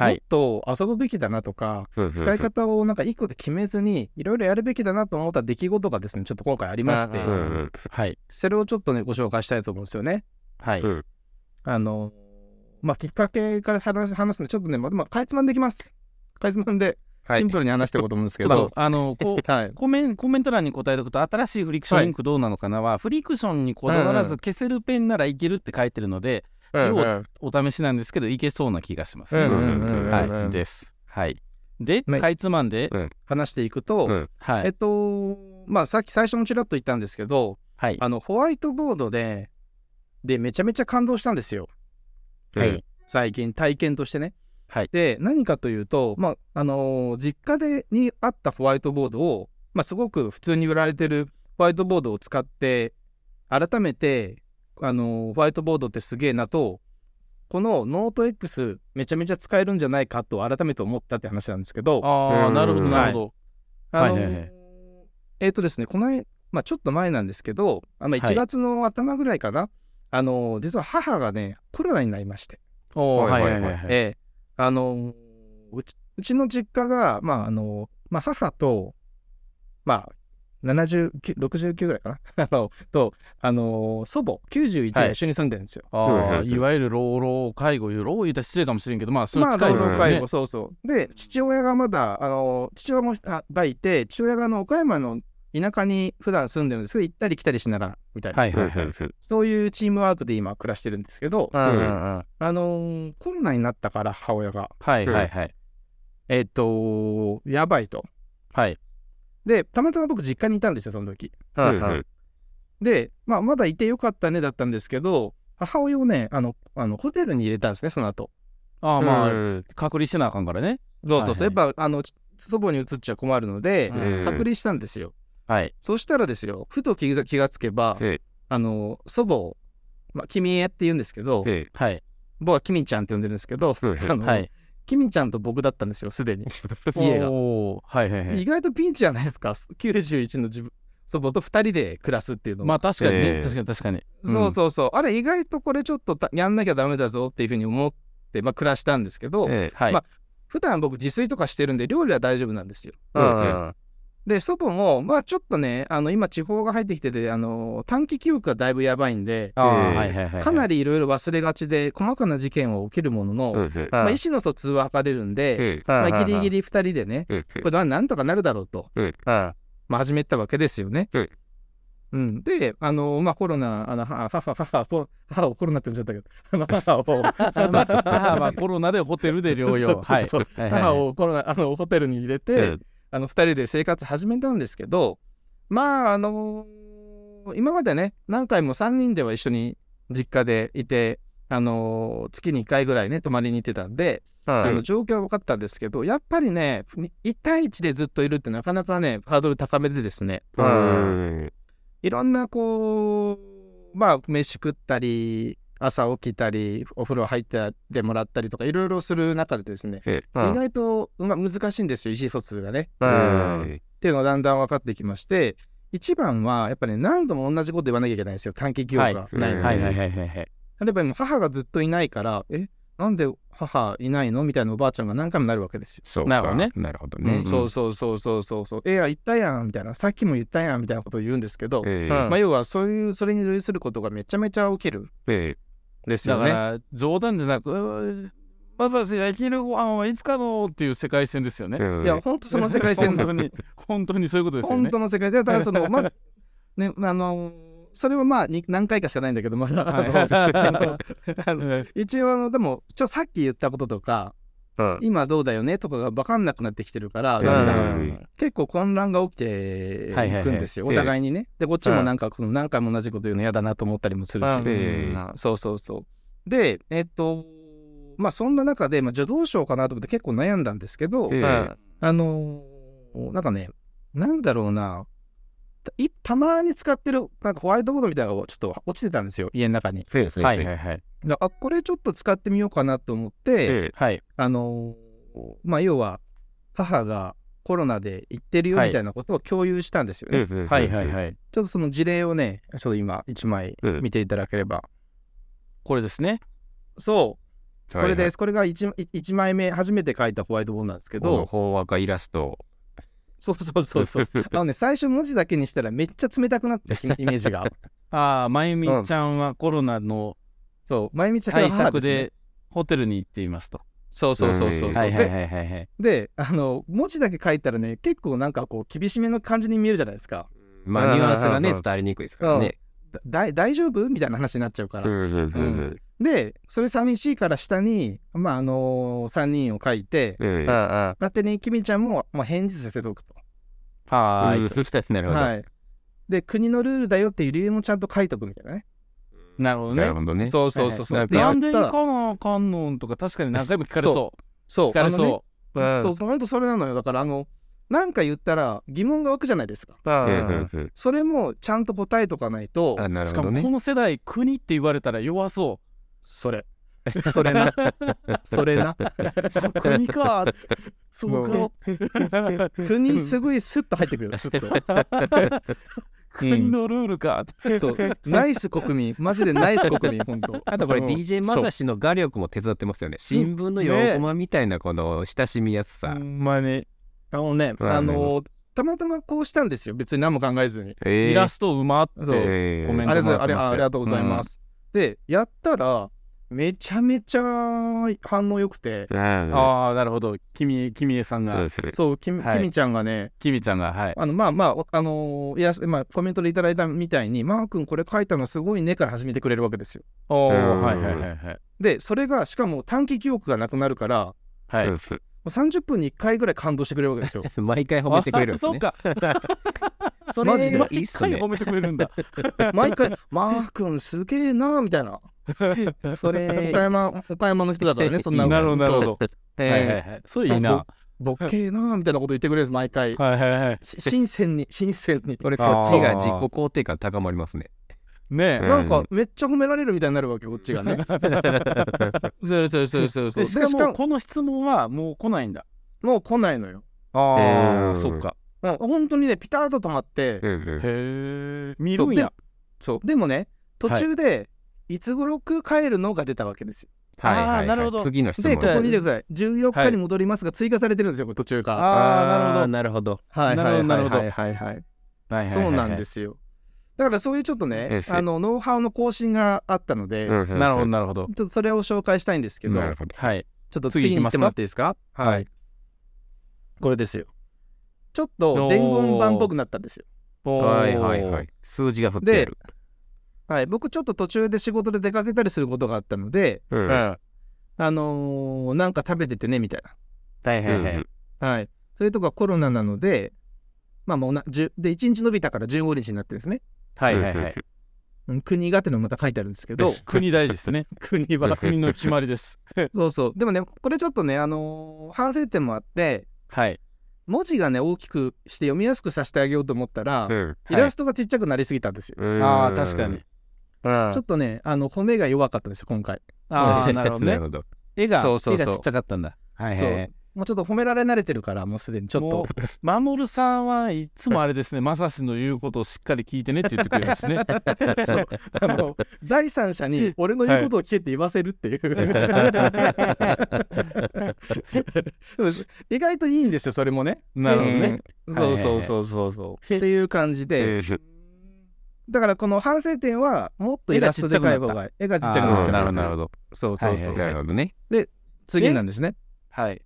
S3: っ
S2: い。
S3: と遊ぶべきだなとか、使
S4: 使
S3: い方をなんか一個で決めずにいろいろやるべきだなと思った出来事がですねちょっと今回ありまして
S2: うん
S4: うんうん
S2: はい。
S3: それをちょっとねご紹介したいと思うんですよね
S2: はい。
S4: うん
S3: あのまあきっかけから話す話すのでちょっとねまあまあかいつまんできますかいつまんで
S4: はい
S3: シンプルに話していこうと思うんです
S2: ち
S3: け
S2: ょっ
S3: ど、
S2: と、あの、こう。
S3: はい
S2: コメンコメント欄に答えること新しいフリクションインクどうなのかなは、フリクションにこだわらず消せるペンならいけるって書いてるので、要はお試しなんですけどいけそうな気がします、
S3: うん
S4: うんうん
S2: はいですはいで、
S3: ね
S2: かいつまんで、
S3: 話していくと、
S4: うん
S2: は
S3: えっ
S2: い
S3: とまあさっき最初もちらっと言ったんですけど
S2: はい
S3: あのホワイトボードででめちゃめちゃ感動したんですよ
S2: はい
S3: 最近体験としてね。
S2: はい
S3: で何かというと、まああのー実家でにあったホワイトボードを、まあ、すごく普通に売られてるホワイトボードを使って改めて、あのーホワイトボードってすげえなとこのノート X めちゃめちゃ使えるんじゃないかと改めて思ったって話なんですけど
S2: ああ
S4: うん
S2: なるほどなるほど
S3: あの
S2: はいはいはい
S3: えっ、とですね、この間、まあ、ちょっと前なんですけど、あの
S2: はい
S3: 1月の頭ぐらいかな、あの実は母がね、コロナになりまして、
S2: おーは
S4: はいい
S2: は
S4: はいい
S2: は
S4: はいい
S2: はい
S3: ええあのうちうちの実家が、まああのまあ、母と、まあ、 79 69ぐらいかな あのと、あのー祖母91
S2: はい
S3: が一緒に住んでるんですよ。
S2: あ
S4: う
S2: あ
S4: ん
S2: いわゆる老老介護いう老言うたら失礼かもしれんけどまあそれ
S3: まあ、
S2: 近い
S3: 老
S2: です
S3: 老
S2: よ
S3: 介
S2: ね
S3: 護、。そうそう。で、父親がまだ、あのー父親もあがいて、父親があの岡山の田舎に普段住んでるんですけど、行ったり来たりしながらみたいな、
S2: はいはいはい。
S3: そういうチームワークで今暮らしてるんですけど、
S2: うんうんうん
S3: あのーコロナになったから母親が、
S2: はいはいはい。
S3: えっ、とやばいと。
S2: はい。
S3: で、たまたま僕実家にいたんですよ、その時。
S2: うんうん
S3: で、まあ、まだいてよかったねだったんですけど、母親をね、あの、あのホテルに入れたんですね、その後。
S2: ああ
S4: ま
S2: ま
S4: あ
S2: あ隔離してなあかんからね。
S3: そうそうそう、
S2: はいは
S3: やっぱ、あの、ち祖母に移っちゃ困るので、
S2: うん
S3: 隔離したんですよ。
S2: はい。
S3: そしたらですよ、ふと気が気がつけば、
S4: ええ
S3: あの、祖母、まあ、君江って言うんですけど、
S4: え
S2: はい。
S3: 僕は君ちゃんって呼んでるんですけど、
S4: ええ
S3: あの
S2: はい。
S3: 君ちゃんと僕だったんですよ、すでに。家が。
S2: おーはいはいはい
S3: 意。外とピンチじゃないですか、91の自分。祖母と2人で暮らすっていうのは
S2: まあ確かにね、
S4: ええ
S2: 確かに確かに。
S3: そうそうそう、あれ意外とこれちょっとたやんなきゃダメだぞっていうふうに思って、まあ、暮らしたんですけど、
S4: え
S2: はい。
S3: まあ普段僕自炊とかしてるんで料理は大丈夫なんですよ。
S2: うんうん
S3: で祖母もまあちょっとねあの今地方が入ってきててあの短期記憶がだいぶやばいんで
S2: ああ
S4: ええ
S2: はいはいはい。
S3: かな
S2: り。
S3: りいろいろ忘れがちで細かな事件は起きるものの、まあ、意思の疎通は図れるんで、
S4: え
S2: ま
S3: まあ、ギリギ
S2: リ。
S3: リ2人でねこれまあなんとかなるだろうと、
S2: うん
S3: まあ、始めたわけですよね。
S4: うん
S3: うん、で、あのまあ、コロナ、あの母母母コロ母をコロナって呼んじゃったけど、あの母を、
S2: あまあ母はコロナでホテルで療養。
S3: そう
S2: はい
S3: そうそう
S2: はいはい
S3: 母をコロナあのホテルに入れて、あの2人で生活始めたんですけど、まあ、あの今までね、何回も3人では一緒に実家でいて、あの月に1回ぐらいね、泊まりに行ってたんで、あの状況は分かったんですけど、やっぱりね、1対1でずっといるって、なかなかね、ハードル高めでですね。いろんなこうまあ飯食ったり朝起きたりお風呂入ってもらったりとかいろいろする中でですね、意外と、まあ、難しいんですよ意思疎通がね。っていうのがだんだん分かってきまして一番はやっぱり、ね、何度も同じこと言わなきゃいけないんですよ短期記憶がないので、
S2: はいはいはいはいはい。
S3: 例えば今母がずっといないからえなんで母いないのみたいなおばあちゃんが何回もなるわけですよ。
S4: そう
S2: なるほどね
S4: かなるほど
S3: う
S4: ね。
S3: んそうそうそうそうそうそう「えや言ったやん」みたいな「さっきも言ったやん」みたいなことを言うんですけど、
S4: え
S2: うん
S3: まあ、要はそういうそれに類することがめちゃめちゃ起きる
S4: ええ
S3: んです
S2: だ
S3: よ
S2: か
S3: ね。
S2: ら冗談じゃなくうん「私が生きるご飯はいつかの」っていう世界線ですよね。
S4: え
S3: いや本当 その世界線だ
S2: 本当に本当にそういうことですよ
S3: 本
S2: ね。
S3: 当の世界でだからそ のまねあのそれはまあに何回かしかないんだけどまだ、あのあの あの
S2: はい
S3: 一応あのでもちょさっき言ったこととか今どうだよねとかが分かんなくなってきてるから、
S4: うん
S3: だん
S2: う
S3: だん
S2: ん
S3: 結構混乱が起きてい
S2: はいはいはい
S3: くんですよ、
S4: ええ
S3: お互いにね。でこっちも
S2: うん
S3: なんかこの何回も同じこと言うの嫌だなと思ったりもするし、
S2: うん
S4: え え
S3: そうそうそう。でえっとまあそんな中で、まあ、じゃあどうしようかなと思って結構悩んだんですけど、
S4: ええ
S3: あのーなんかね、なんだろうな、たいたまに使ってる、なんかホワイトボードみたいなのがちょっと落ちてたんですよ、家の中に。
S2: はいはいはい。
S3: だあ、これちょっと使ってみようかなと思って、
S2: はい
S3: あのーまあ、要は、母がコロナで言ってるよ
S2: はい
S3: みたいなことを共有したんですよね。
S2: はいはいはい。
S3: ちょっとその事例をね、ちょっと今、1枚
S4: うん
S3: 見ていただければ。
S2: これですね。
S3: そう、これです。これが 1, 一枚目、初めて書いたホワイトボードなんですけど、
S4: ほわかイラスト。
S3: そうそうそ うそう。あのね、最初文字だけにしたらめっちゃ冷たくなったイメージが。
S2: ああまゆみちゃんはコロナの
S3: そう、まゆみちゃんが
S2: 対
S3: 母
S2: 策
S3: すね
S2: でホテルに行っていますと。
S3: そうそうそうそうそう。
S2: はいはいはいはいはい。
S3: でであの、文字だけ書いたらね、結構なんかこう、厳しめの感じに見えるじゃないですか。
S4: まあニュアンスがね伝わりにくいですからね。
S3: だだい大丈夫みたいな話になっちゃうから。で、それ寂しいから下に、まあ、あのー、3人を書いて、
S4: え
S2: は
S3: 勝手にきみちゃんも、まあ、返事させておくと。
S2: ーい。
S4: い。 なるほど。
S3: はい。で、国のルールだよっていう理由もちゃんと書いとくみたいなね。
S2: なるほど
S4: なる
S2: ね。
S4: ほどね。
S3: そうそうそうそう。
S4: はいはい
S3: で
S2: なんで
S3: やっ
S2: 行
S3: た
S2: かなあかんのんとか確かに何回も聞かれそう。
S3: そう、
S2: 聞かれ
S3: あのね
S2: そ
S3: そう、本当それなのよ。だから、あの、なんか言ったら疑問が湧くじゃないですか。
S2: う。
S3: それもちゃんと答えとかないと、
S4: あなる
S2: し
S4: ほ
S2: か
S4: ど
S2: もこ
S4: ね。
S2: の世代国って言われたら弱そ
S3: それ。 それな。 それな。
S2: う。国か。そうか。
S3: 国すごいスッと入って くるよ、スッと。
S2: 国のルールか。
S3: そう。ナイス国民。マジでナイス国民、本 当。
S4: あとこれ
S3: うん
S4: DJ まさしの画力も手伝ってますよね。新聞の4コマみたいなこの親しみやすさ。
S2: んまに。
S3: あのね、
S4: うん
S3: あの、たまたまこうしたんですよ別に何も考えずに、
S4: えー
S2: イラストうまって
S3: そう
S4: えー
S2: コメン
S3: あ
S2: ト
S3: れ
S2: もら
S3: あ
S2: ってます
S3: れ
S2: よ
S3: あありがとうございま、す、でやったらめちゃめちゃ反応良くて、
S4: うんうん
S2: ああなるほど君君江さんが、
S4: うん
S3: そうきみ,、
S2: はい
S3: ちゃんがね
S2: 君ちゃんがはい
S3: あのまあまあ、あのーいやまあ、コメントでいただいたみたいに「マー君これ書いたのすごいね」から始めてくれるわけですよ。
S2: おお
S4: うん
S2: はいはいはいはい
S3: でそれがしかも短期記憶がなくなるからも
S2: はい、
S3: う30分に1回ぐらい感動してくれるわけですよ。
S4: うん毎回褒めてくれるんです
S2: そう
S4: ね。
S2: か
S4: そ
S3: マジで
S4: れいい
S2: 一
S4: っす
S2: 回
S4: ね
S2: 褒。めてくれるんだ
S3: 毎 回「マー君すげえな」みたいな。それ岡山岡山の人だか らねそんな
S2: なるほどなるほど
S3: そうえー
S2: はいはいはいそういいな
S3: ボッケーなみたいなこと言ってくれるんです 毎回。
S2: はいはいはい
S3: し新鮮に新鮮に。
S4: 俺こっちが自己肯定感高まりますね。
S2: ね
S4: う
S2: え
S4: ん
S3: なんかめっちゃ褒められるみたいになるわけこっ ちがね。
S2: そうそうそうそうそう
S3: で
S2: しか
S3: しか
S2: も
S3: も
S2: この質問はもう来ないんだ
S3: もう来ないのよ。
S2: あ
S4: ー
S2: そっか
S3: うん本当にねピタッと止まって。
S2: へえ見る
S3: そうんで
S2: や
S3: そうでもね途中で、い、つ頃く帰るのが出たわけですよ。
S4: はいはい
S2: あ
S4: は
S2: ー
S4: い
S2: なるほど
S4: 次の質
S3: で
S4: 問。
S3: ここ見てください14日に戻りますが追加されてるんですよこれ途中から。
S2: あー
S4: なるほど。
S3: はいはいはい
S2: なるほど
S3: はいはいはい
S2: はいはいはいはい
S3: そうなんですすよ。だからそういうちょっと
S4: え
S3: ね
S4: え
S3: あのノウハウの更新があったので、
S4: なるほ
S2: なるほどなるほど
S3: ちょっとそれを紹介したいんですけど
S4: なるほど。
S2: はい
S3: ちょっと
S2: 次
S3: 次
S2: 行
S3: に
S2: き
S3: 行
S2: ますか
S3: ってもらっていいですか
S2: は
S3: はいい。これですよ。ちょっと
S2: おー
S3: 伝言版っぽくなったんですよ。
S4: はいはいはい。数字が振ってある。
S3: はい、僕ちょっと途中で仕事で出かけたりすることがあったので、
S4: うん
S2: うんは
S3: あのーなんか食べててねみたい
S2: いはいはい
S3: な。はい。それとかコロナなので、まあもうな、10で、1日伸びたから15日になってるんですね。
S2: はいはいはい
S3: うん国がっていうのもまた書いてあるんですけど、
S2: 国大事です ね
S3: 国は。
S2: 国の決まりです
S3: そうそう。でもね、これちょっとね、あのー反省点もあって、
S2: はい
S3: 文字がね、大きくして読みやすくさせてあげようと思ったら、イラストがちっちゃくなりすぎたんですよ。
S2: ああ確かに。
S3: ちょっとね、あの、褒めが弱かったんですよ、今回。
S2: ああなるほどね
S4: なるほど。
S2: 絵が
S3: そうそうそ
S2: 絵
S3: う
S2: がちっちゃかったんだはい
S3: そ
S2: は
S3: う
S2: いはい
S3: もうちょっと褒められ慣れてるから、もうすでにちょっ
S2: も
S3: と。
S2: うマモルさんはいつもあれですね、 まさしの言うことをしっかり聞いてねって言ってくれますね。
S3: そうあの第三者に俺の言うことを聞けって言わせるっていう、意外といいんですよそれもね
S2: なるほどね。
S3: うん
S2: はいはいはい
S3: そうそうそうそうそうっていう感じで、
S4: うん
S3: だからこの反省点はもっとイラストでかい方が絵がちっちゃくなっちゃう
S4: なるほどなるほど。
S3: そうそうそう、
S2: はい
S4: なるほどね。
S3: 次なんですね
S2: はい。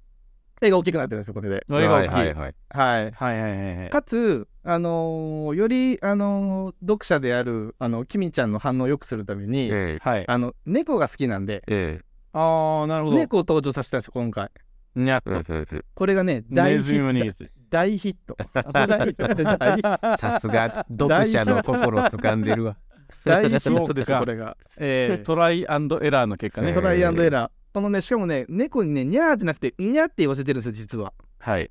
S3: 絵が大きくなってるんですよこれで
S2: 絵が大きい。
S4: はいはい。
S3: は
S2: は
S3: い
S2: いはいはいはい。
S3: かつあのーよりあのー読者であるあのキミちゃんの反応を良くするために、
S4: え
S2: はい。
S3: あの猫が好きなんで
S4: え
S2: ああ、なるほど。
S3: 猫を登場させたんですよ今回
S2: にゃっ
S4: え
S2: と。
S4: え
S3: これがね
S2: ネ
S3: 大
S2: ズ
S3: ヒ
S2: ミを
S3: ッ
S2: 逃
S3: ト
S2: げて。
S3: 大ヒット大ヒット 大
S4: さすが読者の心を掴んでるわ。
S3: 大ヒット
S2: そう
S3: です
S2: か
S3: これが、え
S2: トライアンドエラーの結果
S3: え
S2: ね
S4: え
S3: ト。ライアンドエラーこのねしかもね猫にねニャーじゃなくてニャーって言わせてるんですよ実は
S2: はい。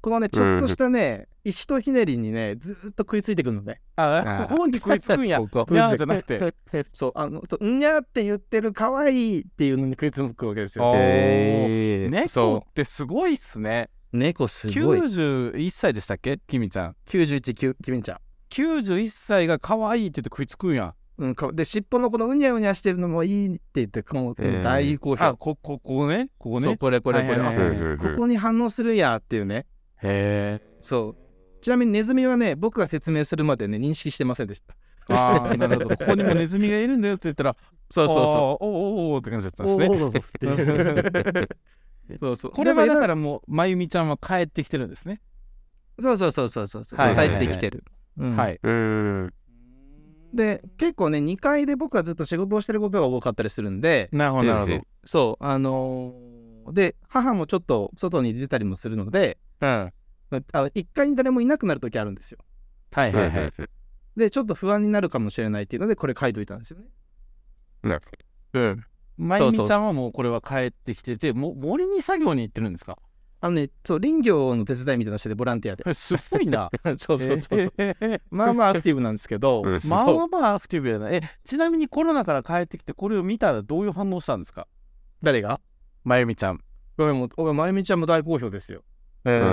S3: このねちょっとしたね石とひねりにねずーっと食いついてくるのね
S2: ああ、ここに食いつくんや。
S4: ここ
S2: ニャーじゃなくて。
S3: そうあのそうニャーって言ってる可愛いっていうのに食いつくわけです
S2: あ
S3: よ
S2: ー
S4: ええ
S2: 猫ってすごいっすね。
S3: 猫す
S2: 91歳でしたっけキミちゃん。
S3: 91きゅきみんちゃん
S2: 91歳が可愛いって言って食いつくんや。
S3: うん、かで尻尾のこのうにゃうにゃしてるのもいいって言ってこの、
S4: ええ
S3: 大好評
S2: あ、こ、ここね。ここ
S3: そう
S2: ね。
S3: これこれこれ、
S2: はいはいはい
S3: あここに反応するやっていうね
S2: へえ。
S3: そうちなみにネズミはね僕が説明するまでね認識してませんでした
S2: ああ、なるほど。ここにもネズミがいるんだよ って言ったら、
S3: そ
S2: あーおおおおって感じだったんです
S3: お
S2: ね。
S3: ーおーっていうそうそう
S2: これはだかららもう、まゆみちゃんは帰ってきてるんですね。
S3: そうそうそうそうそうそう、
S2: はい
S4: はいはい
S3: 帰ってきてる、うん
S2: はい。
S4: うん。
S3: で結構ね2階で僕はずっと仕事をしてることが多かったりするんで
S2: なるほど、なる
S3: そうあのーで母もちょっと外に出たりもするので
S2: ほど。うん。
S3: あの1階に誰もいなくなる時あるんですよ
S2: はいはいはい。
S3: でちょっと不安になるかもしれないっていうのでこれ書いといたんですよね
S4: なる
S3: うん
S2: まゆみちゃんはもうこれは帰ってきてて、も森に作業に行ってるんですか
S3: あのねそう林業の手伝いみたいなのしててボランティア で
S2: すごいな。
S3: そうそうそう、
S2: えー
S3: まあまあアクティブなんですけど、
S4: うん
S2: まあまあアクティブやな。え、ちなみにコロナから帰ってきて、これを見たらどういう反応したんですか
S3: 誰が
S2: まゆみちゃん。
S3: 俺も俺まゆみちゃんも大好評ですよ
S4: ほ
S2: え
S4: ど。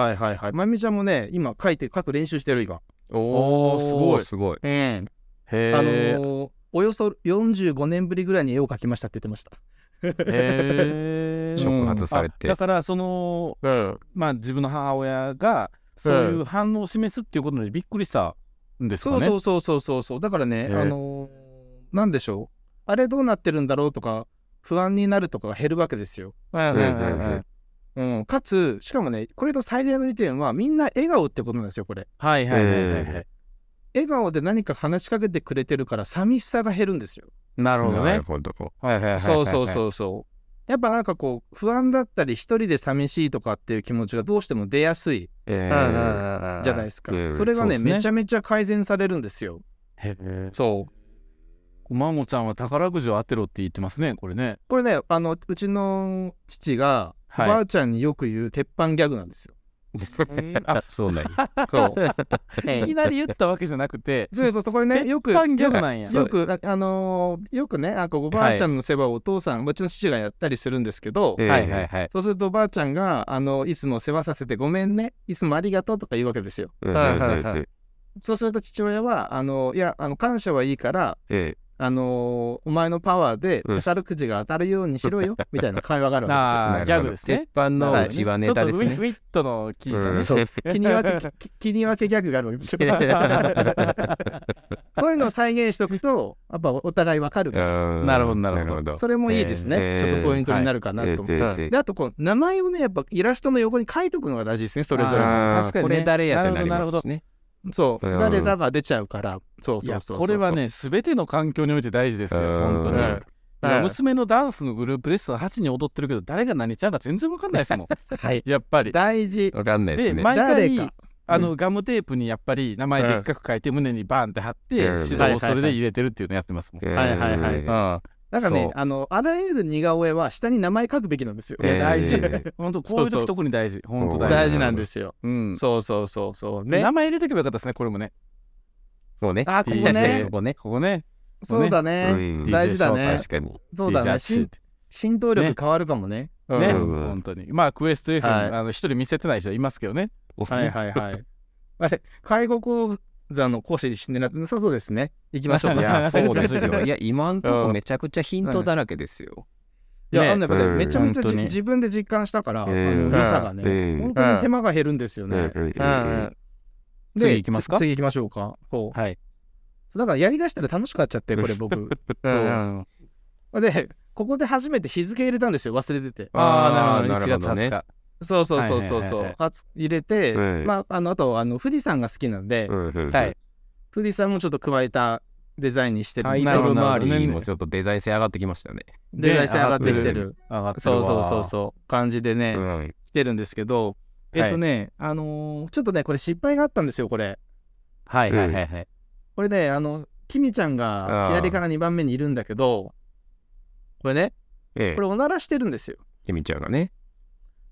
S3: はいはいはいまゆみちゃんもね今書いて書く練習してる今
S2: おーすごい
S4: すごい。
S3: うんあの
S2: へー
S3: ーおよそ45年ぶりぐらいに絵を描きましたって言ってました
S2: へー
S4: 触発され
S2: あ
S4: て
S2: だ。からその
S3: うん
S2: まあ自分の母親がそういう反応を示すっていうことでびっくりしたんですか
S3: そ
S2: ね。
S3: うそうそうそうそうそうだからね、
S2: ええ
S3: あのーなんでしょうあれどうなってるんだろうとか不安になるとかが減るわけですよ。
S2: はいはいはい
S4: うんうんうん
S3: うん、かつしかもねこれと最大の利点はみんな笑顔ってことなんですよこれ。
S2: はいはいはいはいはい。
S3: 笑顔で何か話しかけてくれてるから寂しさが減るんですよ。
S2: なるほど
S4: な
S2: ね
S4: る。ほど。
S2: はいはいはいはいはい。
S3: そうそうそうそう。やっぱなんかこう不安だったり一人で寂しいとかっていう気持ちがどうしても出やすい
S4: え
S2: うんうん
S4: ー
S2: うんうん。
S3: じゃない
S2: い。
S3: ですか。
S4: うん
S3: それが
S2: そう
S3: ね
S2: っすね
S3: めちゃめちゃ改善されるんですよ。そう。
S2: マモちゃんは宝くじを当てろって言ってますね、これね。
S3: これねあのうちの父
S2: は
S3: が、
S2: い
S3: おばあちゃんによく言う鉄板ギャグなん ですよ。
S4: あ、 そうなんや。
S3: そう。
S2: いきなり言ったわけじゃなくて、
S3: そうそうそこでねよく
S2: 一般ギャグなんや。
S3: よくああのーよくねあこうおばあちゃんの世話をお父さん、うちの父がやったりするんですけど、
S4: えー
S2: はいはいはい。
S3: そうするとおばあちゃんが、あの、いつも世話させてごめんね、いつもありがとうとか言うわけですよ。
S4: うん
S2: はいはいはい
S3: そうすると父親は、あの、いや、あの、感謝はいいから、
S4: え
S3: あの、お前のパワーで
S4: うん
S3: 宝くじが当たるようにしろよ、みたいな会話があるわ
S4: なるほ
S2: ああ、
S4: ど
S2: ギャグですね。
S4: 鉄板の
S2: はいう
S4: ちはネタです
S2: ちょっ
S4: ね
S2: とウ。ィウィットのキー
S3: け
S4: う
S2: が
S4: ん
S3: ですよ。 そう。気に分け、き気に分けギャグがあるわけですよ。そういうのを再現しとくと、やっぱお互いわかるから
S4: うん
S2: なるほどなるほど
S3: それもいいですね。
S4: えー
S3: ちょっとポイントになるかな
S4: え
S3: と思っ
S4: ー
S3: て。
S4: えーえー
S3: で、あと、こう、名前をね、やっぱイラストの横に書いとくのが大事ですね、それぞれの。
S2: あー確かに
S4: こ
S2: ね
S4: れ誰やってなり
S2: なる
S4: ま
S2: ほど
S4: すしね。
S3: そう、
S4: うん
S3: 誰だが出ちゃうから、そう
S2: い
S3: そう
S2: や
S3: そうそう
S2: これはね全ての環境において大事ですよ
S4: うん
S2: 本当
S3: うん、
S2: に、
S4: はい
S2: や
S3: はい
S2: 娘のダンスのグループレッスン8人踊ってるけど誰が何ちゃんか全然わかんない ですもんはいやっぱり
S3: 大事。
S4: わかんないで
S2: です
S4: ね。
S2: 毎
S3: 誰
S2: 回
S3: か
S2: あのガムテープにやっぱり名前でっかく書いて胸にバーンって貼って
S4: うん
S2: 指導をそれで入れてるっていうのやってますもん、
S4: えー
S3: はいはいはい
S4: えー
S2: うん
S3: だから
S2: そう
S3: ね、あの、あらゆる似顔絵は下に名前書くべきなんですよ。
S2: いや大事、
S4: えー
S2: 本当こういう
S3: そうそ
S2: 時
S3: う
S2: 特に大事本当
S4: えー
S2: 大
S3: 大
S2: 事
S3: 事なんですよ。
S2: うん
S3: そうそうそうそう。ね
S2: 名。前入れとけばよかったですねこれもね
S4: そうね。
S3: あ、ここ
S2: DJ
S3: ね
S4: こ。こね。
S2: ここね
S3: そうだね。
S4: うん
S3: 大事だね
S4: 確かに。
S3: そうだ
S2: DJ
S3: ね。
S2: シー
S3: 浸
S2: って
S3: 浸透力変わるかもね。うん
S2: ね、
S4: うん
S2: 本当にまあクエスト F
S3: はい
S2: あの一人見せてない人いますけどね
S3: はいはいはい。あれ、介護講座の講師に死んでなくそうそうですね。行きましょう
S4: い
S3: か。
S4: や、そうですよ。
S3: い
S4: い
S3: や、
S4: や、今んとこめちゃくちゃヒントだらけですよ。
S3: いや
S2: ね
S3: あのねこれ
S4: うん
S3: めちゃめちゃ
S2: 本当
S3: じ
S2: に
S3: 自分で実感したから、あ
S4: え
S3: の
S4: ー
S3: 良さが
S4: え
S3: ね、
S4: ー
S3: 本当に手間が減るんですよね。
S4: うん
S3: うん
S2: 次
S3: で
S2: 行きますか
S3: つ次行きましょうか。そう
S2: はい
S3: だからやりだしたら楽しくなっちゃって、これ僕。そ
S2: うん
S3: うで、ここで初めて日付入れたんですよ、忘れてて。
S2: ああ、なるほど。
S4: あーなるほどね
S2: 1月20日。
S3: そうそうそうそ
S2: はい
S3: う
S2: はいは
S3: そ。
S2: いはいう
S3: 初入れて、
S4: はい
S3: まあ、あのあとあの富士山が好きなんで、
S2: は。
S4: はい
S3: 富士山もちょっと加えたデザインにしてる
S4: タイ
S2: な
S4: ト
S2: るほど
S4: ル
S2: なる
S4: 周
S2: ほど
S4: りにもちょっとデザイン性上がってきましたね。
S3: デザイン性上がってきて
S4: 上
S3: る。
S2: 上がってる
S3: そう
S2: わ
S3: そうそうそう感じでね、
S4: うん
S3: 来てるんですけど、えっとね、あのーちょっとねこれ失敗があったんですよこれ。
S2: はいはいはいはい。
S3: これね、あの、キミちゃんが
S4: あー
S3: 左から2番目にいるんだけど、これね、
S4: ええ
S3: これおならしてるんですよ。
S4: ケミちゃんがね。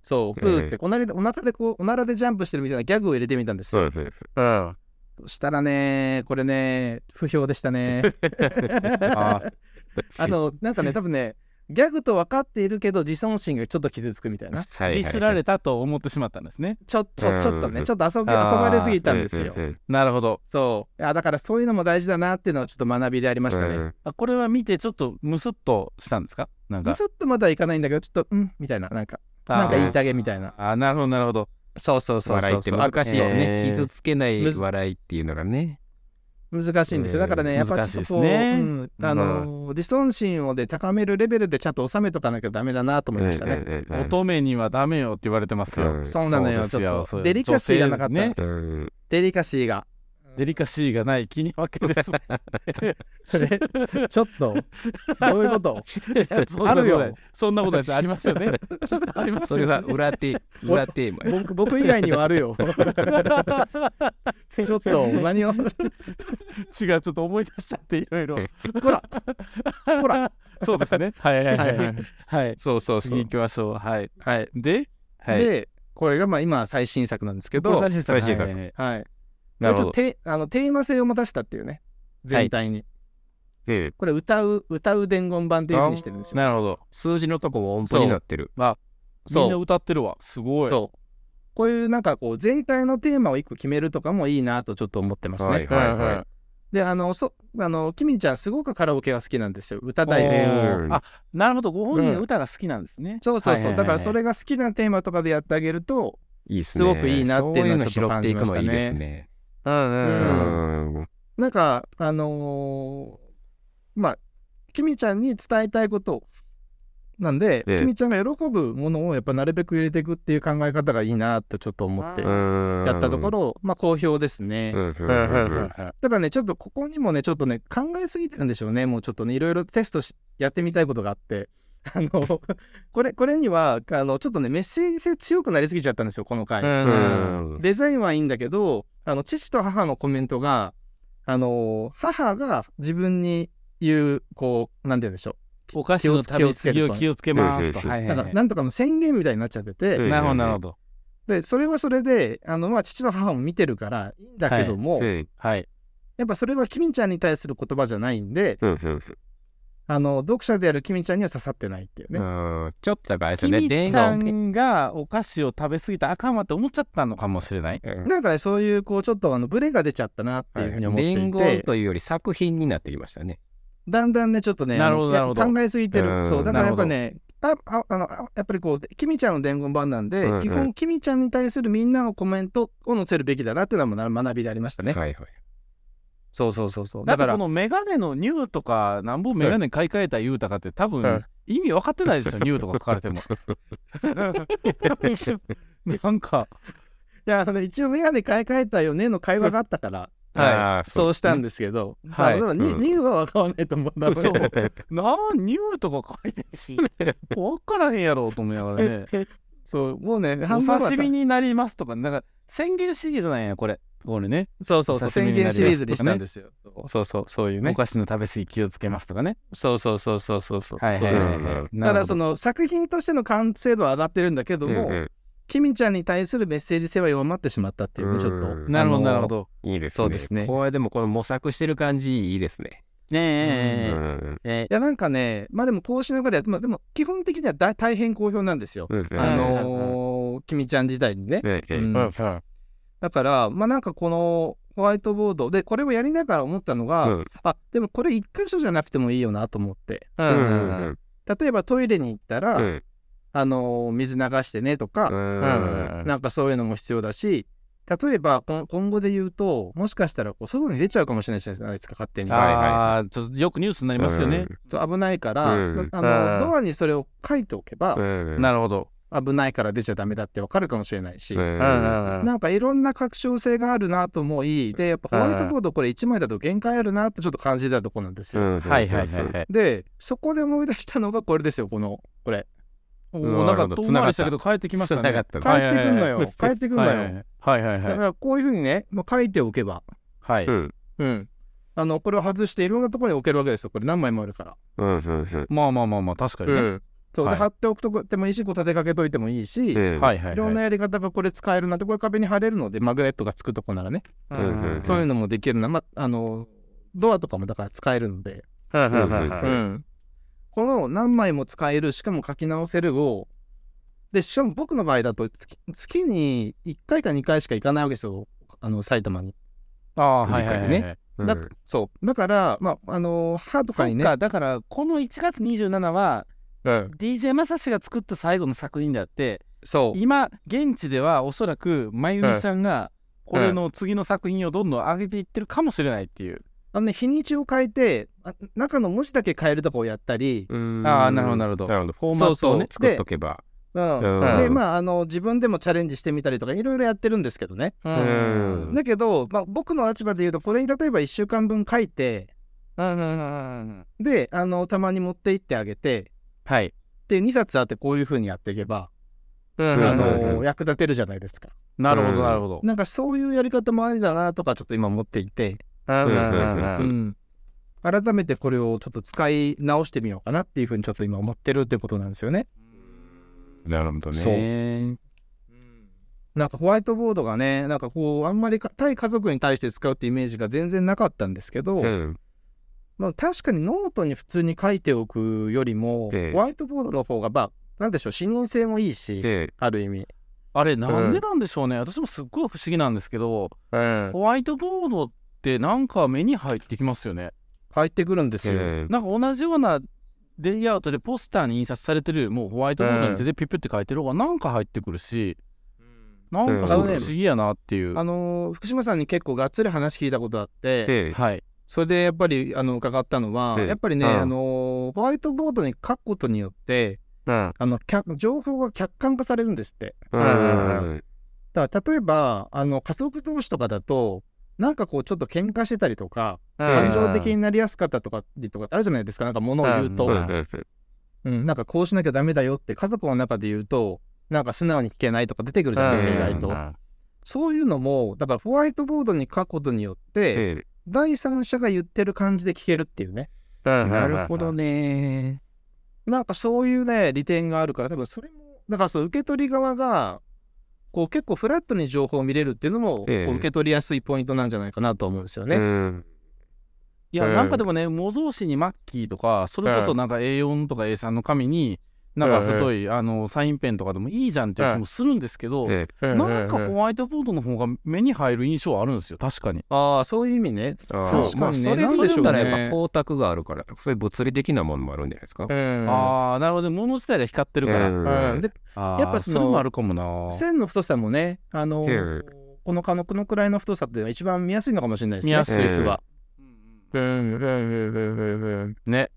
S3: そう、
S4: ええ
S3: プーって、おならで、おならでこう、おならでジャンプしてるみたいなギャグを入れてみたんですよ。
S4: うです。
S2: うん。
S3: そしたらね、これね、不評でし たね。
S2: あ
S3: あの、なんかね、多分ね、ギャグと分かっているけど、自尊心がちょっと傷つくみたいな。
S4: はい
S2: デ
S4: はい
S2: ィスられたと思ってしまったんですね。
S3: ちょ、ちょ、ちょっと
S4: う
S3: ね、
S4: ん
S3: ちょっと遊び、遊ばれすぎたんですよ。
S4: ええええ
S2: なるほど。
S3: そう。あだからそういうのも大事だなっていうのはちょっと学びでありましたね。
S2: あこれは見てちょっとムスッとしたんですかなんか
S3: む。すっとまだはいかないんだけど、ちょっと、うん、みたいな、なんか、なんか言いたげみたいな。
S2: あーなるほどなるほど。
S3: そうそうそう
S4: 笑
S3: そ
S4: いうって
S3: そう。
S4: 難しいですね。
S2: ええ
S4: 傷つけない
S3: むず
S4: 笑いっていうのがね。
S3: 難しいんですよ。
S4: えー
S3: だからね、やっぱちょっとこ
S2: 難しい
S3: う、
S2: ですね
S3: うんあのー、自尊心をで高めるレベルでちゃんと収めとかなきゃダメだなと思いましたね。
S4: ええええ
S2: 乙女にはダメよって言われてますよ
S4: う。ん
S3: そうなのよ、ち
S2: そうです
S3: ょ
S2: よ
S3: っ
S2: そう
S3: と。デリカシーがなかった。
S2: 女性ね
S4: うん
S3: デリカシーが。
S2: デリカシーがない気に分け ですもん。
S3: えちょっと、どういうこと
S2: そんなことない
S3: あるよ。
S2: そんなことないです。ありますよね。きっとあります
S4: それ
S2: よ
S4: は
S2: ね。
S4: 裏テ ーマ。裏テーマ。
S3: 僕僕以外にはあるよ。ちょっと、何を、
S2: 違う、ちょっと思い出しちゃっていろいろ。
S3: ほら、ほら。
S2: そうですね。はいはいはいはい。はい。
S3: そうそう
S2: 次行。きましょう。はい。はい。で、はい。
S3: で、これがまあ今最新作なんですけど、
S2: これ
S3: はい。
S2: 新
S4: 最新作
S2: はい
S4: なるほど。
S3: これちょっとテあのテーマ性を持たせたっていうね、全体に。
S4: ええ
S3: これ歌う歌う伝言版っていうふうにしてるんですよ。
S2: なるほど。
S4: 数字のとこも音符になってる。
S2: みんな
S3: そう
S2: 歌ってるわ。すごい。
S3: そう。こういうなんかこう全体のテーマを一個決めるとかもいいなとちょっと思ってますね。
S4: はいはいはい
S3: うんうんであのそあのキミちゃんすごくカラオケが好きなんですよ。歌大好き。
S2: お
S4: う
S2: ー
S4: ん
S2: あ、なるほど。ご本人の歌が好きなんですね。
S3: そうそうそ
S2: はいはいはい
S3: う、
S2: はい
S3: だからそれが好きなテーマとかでやってあげると
S4: いいです
S3: す
S4: ね。
S3: ごくいいなっていうのはちょっと
S4: そういうの拾っていくのいいです
S3: 感じ
S4: ね。
S2: うんう
S4: うんん。
S3: なんかあのーまあきみちゃんに伝えたいことなんで、
S4: ええ
S3: きみちゃんが喜ぶものをやっぱなるべく入れていくっていう考え方がいいなとちょっと思って
S2: う
S4: うん
S3: やったところ、まあ好評ですね、
S4: うんうん
S2: う
S4: うん
S2: うんうん
S4: んう
S2: うんんうん
S3: ただねちょっとここにもねちょっとね考えすぎてるんでしょうねもうちょっとねいろいろテストしやってみたいことがあってあのこれこれにはあのちょっとねメッセージ性強くなりすぎちゃったんですよこの回、
S4: うん
S3: デザインはいいんだけどあの父と母のコメントがあの母が自分に言うこうなんて言うんでしょ
S2: お菓子の食べ過ぎを気をつけますと。
S4: 気をつける
S2: はいはい
S3: うなんか
S2: はい
S3: なんとかの宣言みたいになっちゃってて、
S4: うん
S2: なるほど、なるほど。
S3: でそれはそれであの、まあ、父と母も見てるからいいんだけども、
S4: うん
S2: はい。
S3: やっぱそれはキミちゃんに対する言葉じゃないんで
S4: うんうん
S3: あの読者であるキミちゃんには刺さってないっていうね。
S4: うんちょっとだからあれです
S2: き
S4: よね、
S2: み
S4: 電
S2: ちゃ
S4: 話
S2: んがお菓子を食べ過ぎたらあかんわって思っちゃったのかもしれない。
S3: なんかねそういうこうちょっとあのブレが出ちゃったなっていうふうに思ってい
S4: 伝
S3: て、
S4: 言というより作品になってきましたね。
S3: だんだんねちょっとね
S2: なるほど
S3: あの
S2: なるほど
S3: いや考えすぎて
S4: う
S3: る
S4: ん
S3: そうだからやっぱねあああのあやっぱりこうキミちゃんの伝言版なんで、
S4: うんうん
S3: 基本キミちゃんに対するみんなのコメントを載せるべきだなっていうのはもう学びでありましたね、
S4: はいはい。
S3: そうそうそうそう
S2: だ
S3: だ
S2: って
S3: か
S2: こ
S3: ら
S2: のメガネのニューとか、なんぼメガネ買い替えた言うたかって多
S3: うん
S2: 分意味分かってないですよ、ニューとか書か れても。なんか、
S3: いやあのね一応メガネ買い替えたよねの会話があったから
S2: は
S4: あー
S3: そうしたん
S4: で
S3: ですけど、
S2: はい
S3: まあでも
S4: うん
S3: ニニューは分からないと思うな
S2: そうい。なん、ニューとか書いてるし、分からへんやろうと思いながらね。
S3: そうもうね
S2: お
S3: 半分は
S2: 刺身になりますとか、なんか宣言シリーズなんや、これ。これね。
S3: そうそうそう
S2: お刺身
S3: 宣
S2: になり
S3: 言
S2: ます
S3: シリーズにしたんですよ、そうそうそうそういう
S2: お
S3: ね
S2: 菓子の食べ過ぎ気をつけますとかね。
S3: そうそうそうそうそうそう
S2: はいはいはい
S4: なる
S2: は
S4: ほ
S2: い。
S3: ただそ
S2: の、
S3: の作品としての完成度は上がってるんだけども、
S4: うん
S3: キミちゃんに対するメッセージ性は弱まってしまったっていうね、ちょっ
S4: う
S3: と。
S4: ん
S2: なるほど、なるほ
S3: ど。
S2: ど。
S4: うんいいですね。
S3: そうですね
S4: これでもこの模索してる感じいいですね。
S2: ね
S4: うん
S2: え
S3: いや、なんかね、まあでも、こうしながらやって、まあでも、基本的には大大変好評なんですよ。
S4: うんうん
S3: あのー、キミちゃん時代にね。
S4: うんう
S3: うんん
S2: うん
S3: だから、まあなんかこのホワイトボードで、これをやりながら思ったのが、
S4: うん
S3: あ、でもこれ一箇所じゃなくてもいいよなと思って。
S2: う
S4: うんん
S2: うん
S3: 例えばトイレに行ったら、
S4: うん
S3: あのー水流してねとか、
S4: うん
S3: なんかそういうのも必要だし、例えばこん今後で言うと、もしかしたらこう外に出ちゃうかもしれないじゃないですか、勝手に。
S4: はいはい
S2: あーちょっとよくニュースになりますよね。
S3: そう危ないから、
S4: うん
S3: あ
S2: う
S3: の
S2: ん
S3: ドアにそれを書いておけば、
S4: うん
S2: なるほど。
S3: 危ないから出ちゃダメだってわかるかもしれないし、
S4: うん
S3: なんかいろんな拡張性があるなと思いでやっぱホワイトボードこれ1枚だと限界あるなってちょっと感じたとこなんですよ。
S4: うん
S2: はいはいはいはい。
S3: でそこで思い出したのがこれですよこのこれ。
S2: お
S4: ん
S2: おなんか遠回りしたけど帰ってきましたね。
S4: 繋がった
S3: 帰ってくんの
S2: は
S3: よ
S2: い
S3: 帰ってくんの
S2: は
S3: よ。
S2: いはいはいは
S3: だ
S2: い
S3: か
S2: はい。
S3: らこういうふうにねもう書いておけば、
S2: はい
S4: うん
S3: うん、あのこれを外していろんなところに置けるわけですよこれ何枚もあるから。
S4: うんうん
S2: まあまあまあまあ、確かにね。
S3: そうで
S2: はい
S3: 貼っておくとこでもいいしこう立てかけといてもいいし。
S4: うん
S2: はいはい
S3: いろんな
S2: はい。
S3: やり方がこれ使えるなってこれ壁に貼れるのでマグネットがつくとこならね、
S4: んうんうん
S3: そういうのもできるな、ま、あのドアとかもだから使えるので、
S2: はいはいはい
S4: うん
S2: はい
S3: この何枚も使えるしかも書き直せるをでしかも僕の場合だと月月に1回か2回しか行かないわけですよあの埼玉に、
S2: ああ、はいはいは
S4: 振
S2: い
S4: り
S2: はい。
S4: うん
S3: だそうだからまああの歯とか
S2: そ
S3: に
S2: っ
S3: ね
S2: か、だからこの1月27は
S3: うん
S2: DJ まさしが作った最後の作品であって、
S3: そう
S2: 今、現地ではおそらくまゆみちゃんがこれの次の作品をどんどん上げていってるかもしれないっていう。
S3: あの、ね、日にちを変えてあ中の文字だけ変えるとかをやったり、
S4: うん
S2: あーなるほどなるほど
S4: なるほど。フォーマットをね
S3: そうそうで
S4: 作っとけば。
S3: うん
S4: うん
S3: でまああの自分でもチャレンジしてみたりとかいろいろやってるんですけどね、
S2: う
S4: うん
S3: だけど、まあ、僕の立場で言うとこれに例えば1週間分書いて
S2: うんうんうんうん
S3: であのたまに持って行ってあげて
S2: はい。
S3: で2冊あってこういうふうにやっていけば、
S4: うん
S3: あ
S4: うんう
S3: の
S4: ん
S3: 役立てるじゃないですか
S2: なる
S4: う
S2: ほど、
S4: ん
S2: なるほど。
S3: なんかそういうやり方もありだなとかちょっと今思っていて、
S2: うんうん
S4: うん
S2: うんうん
S3: うん改めてこれをちょっと使い直してみようかなっていうふうにちょっと今思ってるってことなんですよね
S4: なるほどね。
S3: そうなんかホワイトボードがねなんかこうあんまりか対家族に対して使うってイメージが全然なかったんですけど、
S4: うん
S3: まあ、確かにノートに普通に書いておくよりも、
S4: ええ
S3: ホワイトボードの方がまあなんでしょう視認性もいいし
S4: で、
S3: ある意味、
S2: あれなんでなんでしょうね、私もすっごい不思議なんですけどホワイトボードってなんか目に入ってきますよね
S3: 入ってくるんですよ、
S4: うん
S2: なんか同じようなレイアウトでポスターに印刷されてるもうホワイトボードに手でピュッピュって書いてる方がなんか入ってくるし、なんか
S3: あ
S2: 不
S3: の
S2: 思
S3: ね
S2: 議やなっていう。
S3: あのー福島さんに結構がっつり話聞いたことあって、
S4: で、
S2: はい。
S3: それでやっぱりあの伺ったのは、
S4: ええ
S3: やっぱりね、
S4: うん
S3: あのーホワイトボードに書くことによって、
S4: うん
S3: あの客情報が客観化されるんですって。
S4: う
S2: うん
S4: ん
S3: だから例えばあの加速投資とかだと、なんかこうちょっと喧嘩してたりとか、感情的になりやすかったとかりとかってあるじゃないですか、なんか物を言うと、
S2: う
S3: うんんなんかこうしなきゃダメだよって家族の中で言うと、なんか素直に聞けないとか出てくるじゃないですか、
S2: うん
S3: 意外と。そういうのも、だからホワイトボードに書くことによって、
S4: で、
S3: 第三者が言ってる感じで聞けるっていうね。
S4: な
S2: ね。
S3: なんかそういうね、利点があるから、多分それも、だからそう、受け取り側が、こう結構フラットに情報を見れるっていうのも、
S4: ええ
S3: こう受け取りやすいポイントなんじゃないかなと思うんですよね。
S4: ね。
S2: いや、
S4: うん
S2: なんかでもね、模造紙にマッキーとか、それこそなんか A4 とか A3 の紙に、なんか太い、あの、サインペンとかでもいいじゃんっていう気もするんですけど、
S4: で、
S2: なんかホワイトボードの方が目に入る印象はあるんですよ、確かに。
S3: ああ、そういう意味ね。
S4: そ
S3: 確かにね
S4: それ
S3: なん
S4: それ
S3: でしょうね
S4: ならやっぱ光沢があるから、そういう物理的なものもあるんじゃないですか。
S3: うん
S2: ああ、なるほど、物自体が光ってるから。
S4: うん
S3: うんで、
S2: あー
S3: やっぱそ
S2: れ
S3: の
S2: もあるかもな。
S3: 線の太さもね、あのー
S4: え
S3: この可能このくらいの太さっていうのが一番見やすいのかもしれないですね。
S2: 見やすい
S4: ええ
S3: 実は。
S2: うんうんうんうんうんうんね。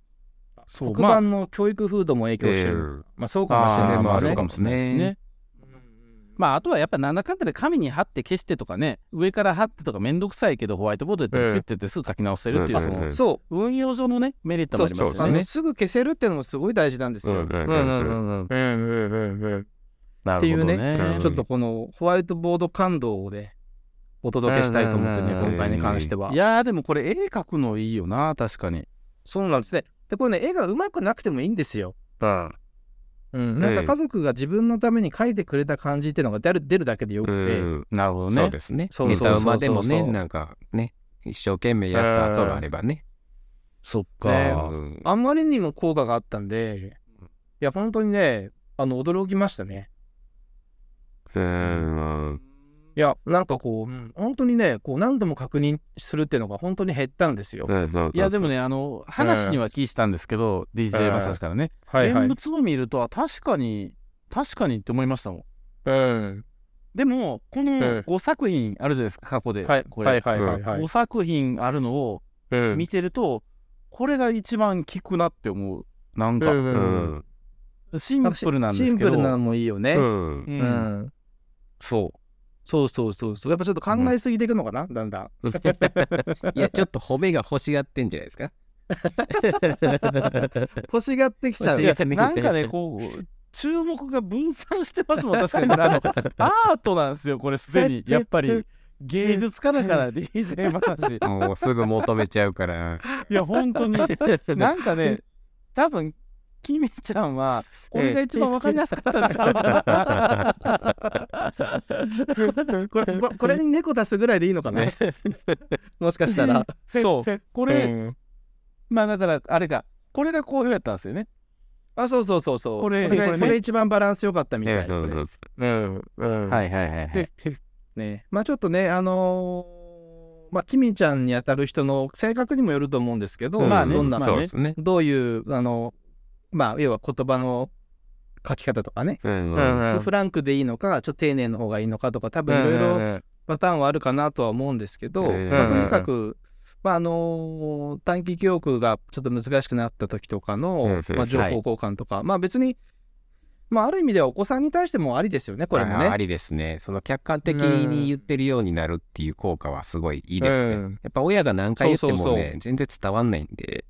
S2: そう、
S3: 黒
S2: ま
S3: 板
S2: あ、
S3: の教育風土も影響してる。まあそうかもしれ
S2: あ
S3: な
S2: ー
S3: い
S2: まあ
S3: で
S2: そ
S3: す
S2: うか
S3: ね。
S2: もしれないですね
S4: ね。
S2: まあ、あとはやっぱなんだかんだで紙に貼って消してとかね、上から貼ってとかめんどくさいけど、ホワイトボードでピュッてやってすぐ書き直せるっていう、
S4: うん
S2: その、
S3: そう、
S2: 運用上のね、メリットもあります
S4: そ
S2: よ
S3: あ
S4: う
S2: ね。
S3: のすぐ消せるっていうのもすごい大事なんですよ。
S4: うん
S3: うんうんうんうん
S2: な
S3: ってい
S2: る
S3: う
S2: ほど
S3: ね
S2: ね。。
S3: ちょっとこのホワイトボード感動をね、お届けしたいと思ってね、
S4: うんうんうん
S3: 今回に関してはい
S2: やー、でもこれ絵描くのいいよな、確かに。
S3: そうなんですね。で、これね、絵がうまくなくてもいいんですよ。うん、なんか家族が自分のために描いてくれた感じっていうのが出る出るだけでよくて、
S4: うん
S2: なるほど
S4: そう
S2: ね。
S4: ですね。
S3: そうそうそうそう
S4: 歌うまでもね、なんかね、一生懸命やった後があればね。
S2: そっ
S3: ね
S2: か。
S4: うん
S3: あんまりにも効果があったんで、いや、本当にね、あの驚きましたね。
S4: うん
S3: いや、なんかこう、うん本当にね、こう何度も確認するっていうのが本当に減ったんですよ。
S2: いやでもね、あの話には聞いてたんですけど、
S3: え
S2: DJ
S3: え
S2: マサシからね、
S3: は
S2: 現物を見るとは確かに確かにって思いましたもん。
S3: うん。
S2: でもこ
S3: え
S2: の
S3: え
S2: 5作品あるじゃないですか過去で、
S3: はい、
S2: これ、
S3: はい、はい、はいはい
S2: 5。作品あるのを
S3: うん
S2: 見てると、これが一番効くなって思うなんか、
S3: うん
S4: うん
S2: シンプルなんです
S3: シン
S2: け
S3: プ
S2: ど
S3: ルなのもいいよね。
S4: うん
S2: う
S3: うんん
S2: そ
S3: そうそうそうそう。やっぱちょっと考えすぎていくのかな、だんだん。
S4: いや、ちょっと褒めが欲しがってんじゃないですか。
S3: 欲しがって きちゃう。
S2: う
S4: 欲し
S2: い
S4: が
S2: や
S4: っね
S2: なんかねこう注目が分散してます もん確かにこれあのアートなんですよこれすで にやっぱり芸 術家だから DJ マサシ
S4: もうすぐ求めちゃう から。
S2: いや本 当に なんかね、多分キメちゃん は、これが一番わかりやすかったんちゃうか
S3: これここれに猫出すぐらいでいいのかな、もしかした ら。
S2: な。 そう、これ、
S3: うん
S2: まあだから、あれか、これが好評やったんですよね。
S3: あ、そうそうそうそう。
S2: これ
S3: これ
S2: これね
S3: これ一番バランス良かったみたい。
S4: そうそう
S3: うんうん
S2: いはいはい
S3: い。ね、まあちょっとね、あのーまあ、キミちゃんに当たる人の性格にもよると思うんですけど、
S4: そう
S2: まあ
S3: まあ、
S2: ね
S3: どんな、
S2: まあ
S4: そうですね。
S3: どういう、あの、まあ、要は言葉の書き方とかね、
S4: うん
S3: フランクでいいのか、ちょっと丁寧の方がいいのかとか、多分いろいろパターンはあるかなとは思うんですけど、
S4: うん
S3: まあとにかく、まああのー短期記憶がちょっと難しくなった時とかの、
S4: うん
S3: まあ、情報
S2: はい
S3: 交換とか、まあ別に、まあ、ある意味ではお子さんに対してもありですよねこれもね。
S4: あありですね。その客観的に言ってるようになるっていう効果はすごいいいですね。
S3: うん
S4: やっぱ親が何回言ってもね、
S3: そうそうそ
S4: 全然伝わんないんで、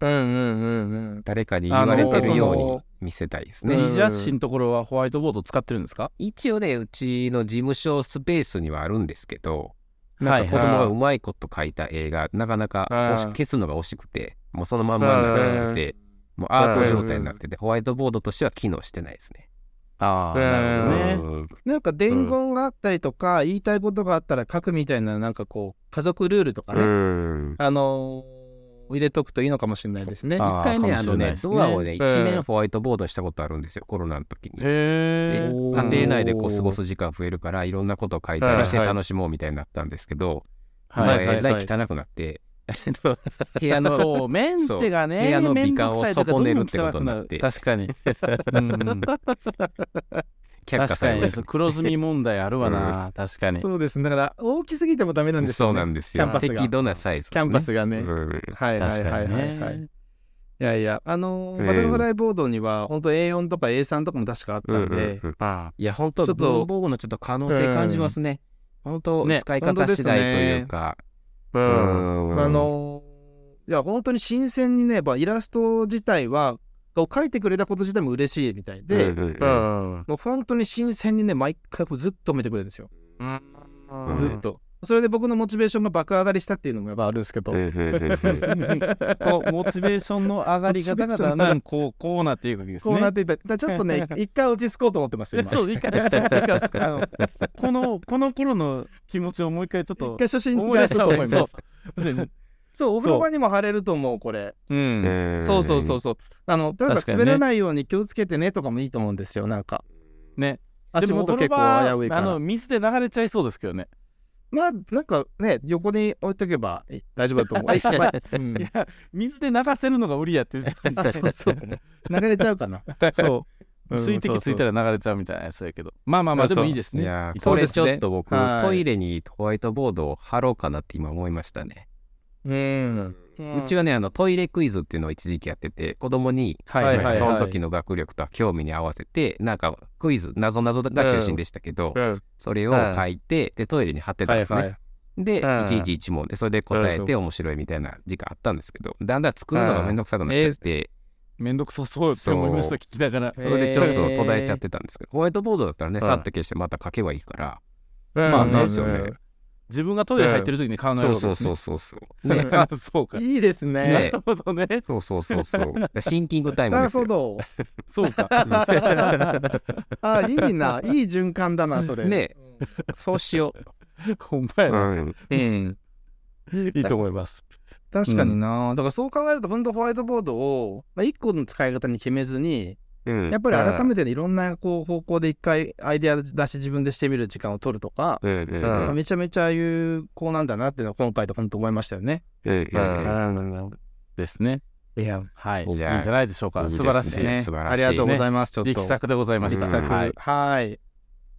S3: うんうんうんうん
S4: 誰かに言われてるよ
S2: あ
S4: う
S2: の
S4: に見せたいです
S2: ね、
S4: ね。
S3: うん
S2: リジャッシのところはホワイトボード使ってるんですか
S4: 一応ね、うちの事務所スペースにはあるんですけど、
S2: は
S4: 子供がうまいこと描いた映画、なかなか
S3: うん
S4: 押し消すのが惜しくて、もうそのまんまになっちゃって、もうアート状態になってて、ホワイトボードとしては機能してないですね。
S2: ああ、
S3: うん
S2: なるほどね。
S3: なんか伝言があったりとか、言いたいことがあったら書くみたいななんかこう家族ルールとかね、
S4: うん
S3: あのー入れとくといいのかもしれないですね。
S2: あー
S4: 一回ね、
S2: かも
S4: あ
S2: し
S4: の
S2: れない
S4: ね
S2: で、すね
S4: ドアをね、一
S3: うん
S4: 面ホワイトボードにしたことあるんですよ、コロナの時に。で
S2: へ
S4: 家
S2: え。
S4: 庭内でこう過ごす時間増えるから、いろんなことを書いたりして楽しもうみたいになったんですけど、
S2: はいはい
S4: まあえらい汚くなって、部
S2: あ
S4: 屋
S2: の
S4: の、
S2: そう、メンテがね、
S4: 部屋の
S2: めんどくさいと
S4: 美観
S2: か
S4: を損ねるってことになって
S2: どんどん汚くる確かに。うんうん
S4: 却下
S2: 確
S4: さ
S2: か
S4: れ
S2: に
S4: ま
S2: ね
S4: した
S2: そう黒ずみ問題あるわな、確かに
S3: そうですね。だから大きすぎてもダメなんです
S4: そ
S3: よ
S4: う
S3: ね。
S4: なんですよ
S3: キャンパスが
S4: 適度なサイズです
S3: キ
S4: ね
S3: ャンパスがね。
S4: うん
S3: はいはい
S2: 確
S3: は
S2: か
S3: い
S2: に
S3: はい、はい。
S2: ね
S3: いやいや、あのー
S4: ええ
S3: バタフライボードには、本当 A4 とか A3 とかも確かあった
S4: うん
S3: ん
S4: う
S3: で、
S4: んうん
S2: あ
S4: いや本当
S3: ちょっと
S4: 文房具のちょっと可能性感じますね本当
S2: ね
S4: 使い方次第というか
S2: あう
S4: うんん
S3: あのーいや、本当に新鮮にね、やっぱイラスト自体は、を描いてくれたこと自体も嬉しいみたいで、
S4: うんうんうん
S2: うん
S3: もう本当に新鮮にね、毎回こうずっと褒めてくれるんですよ。
S2: うん
S3: ずっと。それで僕のモチベーションが爆上がりしたっていうのもやっぱあるんですけど。
S4: うんうんうんうん
S2: こうモチベーションの上がり方がだんだんこうこうなっていくわけです
S3: こうな
S2: ね
S3: っ。ていった。だからちょっと ね、一回落ち着こうと思ってますよ、今。
S2: そういかですいかですあのこのこの頃の気持ちをもう一回ちょっ
S3: 一
S2: と
S3: 回初心に
S2: 思い出
S3: 返
S2: し
S3: そう
S2: た
S3: と
S2: 方
S3: 思い
S2: がい
S3: ま
S2: い
S3: す。
S2: そ
S3: そううお風呂場にも貼れると思う、これ。
S2: うん
S4: うん
S3: そうそうそうそう。あの、例えば
S2: 確かにね
S3: 滑らないように気をつけてねとかもいいと思うんですよ、なんか。
S2: ね。
S3: 足元結構危ういか
S2: あの
S3: ら。
S2: 水で流れちゃいそうですけどね。
S3: まあ、なんかね、横に置いとけばい大丈夫だと思う
S2: いや
S3: まあ。うん
S2: いや水で流せるのが売りやっていう。
S3: あそうそう。流れちゃうかな。そう。うん
S2: 水滴ついた。ら流れちゃうみたいなやつやけど。まあまあまあでもいいです
S4: い
S2: ね。
S4: やー
S3: そ
S4: こ
S3: うで
S4: れ
S3: す
S4: ち
S3: ね
S4: ょっと僕、
S3: はい
S4: トイレにホワイトボードを貼ろうかなって今思いましたね。
S3: そううん。
S4: うちはねあのトイレクイズっていうのを一時期やってて子供に、
S2: はい
S3: はいはい
S4: その時の学力と興味に合わせてなんかクイズなぞなぞが中心でしたけど、
S3: うん
S4: それを書いて、でトイレに貼ってたんですね。
S3: はいはい
S4: で、
S2: うん
S4: 一日一問でそれで答えて面白いみたいな時間あったんですけどだんだん作るのがめんどくさくなっちゃって、
S2: めんどくさそうって思いました聞きながら。
S3: え
S4: それでちょっと途絶えちゃってたんですけど、ホワイトボードだったらね
S2: うん
S4: さっと消してまた書けばいいから、
S3: ま
S4: ま
S2: う
S4: あ
S2: ん
S4: なんですよね。
S2: 自分がトイレ入ってる時に考える
S4: そ
S2: わ
S4: う
S2: け
S4: そう
S2: です
S4: そうそ
S2: ね。
S4: うそう。ね
S2: あ そうか。
S3: いいですね。
S4: ね
S2: なるほどね。
S4: そうそうそうそう。だからシンキングタイム
S3: な
S4: で
S3: る
S4: すよ
S3: ほ。ど。
S2: そうか。
S3: あ、 いいな。いい循環だな、それ。
S4: ねそうしよ
S2: ほんま
S4: う。
S2: やな。
S4: ん、
S3: うん。
S2: いいと思います。
S3: 確かにな。だからそう考えると、本当ホワイトボードを、まあ、一個の使い方に決めずに、
S4: うん
S3: やっぱり改めてねいろんなこう方向で一回アイデア出し自分でしてみる時間を取るとか、
S4: うんうんうん
S3: めちゃめちゃ有効なんだなっていうのは今回で本当思いましたよね。
S4: うんうん
S2: ですね。
S3: いや、
S2: はい。いいん
S4: い
S2: じ
S4: や
S2: ゃないでしょうか。
S4: いいで
S2: 素
S4: す
S2: 晴
S4: ね
S2: らしい。
S4: ね
S2: 素晴
S3: ありがとうございます。ちょっと。
S2: 力作でございました。
S4: 力作
S2: はい。
S3: はい。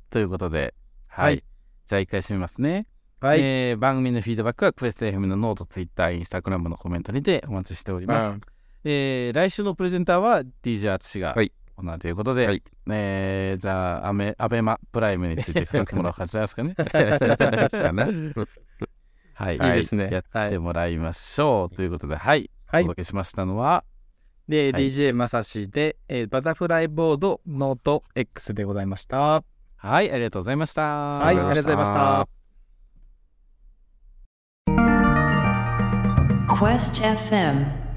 S2: ということで、は
S3: はい
S2: い。じゃあ一回締めますね。
S3: はい。
S2: えー番組のフィードバックはクエスト FM のノート、ツイッター、インスタグラムのコメントにてお待ちしております。
S3: うん
S2: えー来週のプレゼンターは DJ 淳が
S4: はい
S2: 行うということで、
S4: はい
S2: えーじゃあアメ、アベマプライムについて深くもらう感じですかね。
S4: かな。
S2: はい、
S3: いいですね
S2: やってもらいましょう、ということで、はい、
S3: は
S2: お
S3: い。
S2: 届けしましたのは、
S3: で、
S2: はい
S3: DJ まさしで、えーバタフライボードノート X でございました。
S2: はい、ありがとうございました。
S3: は、
S2: はい
S3: ありがとうございました。
S1: Quest FM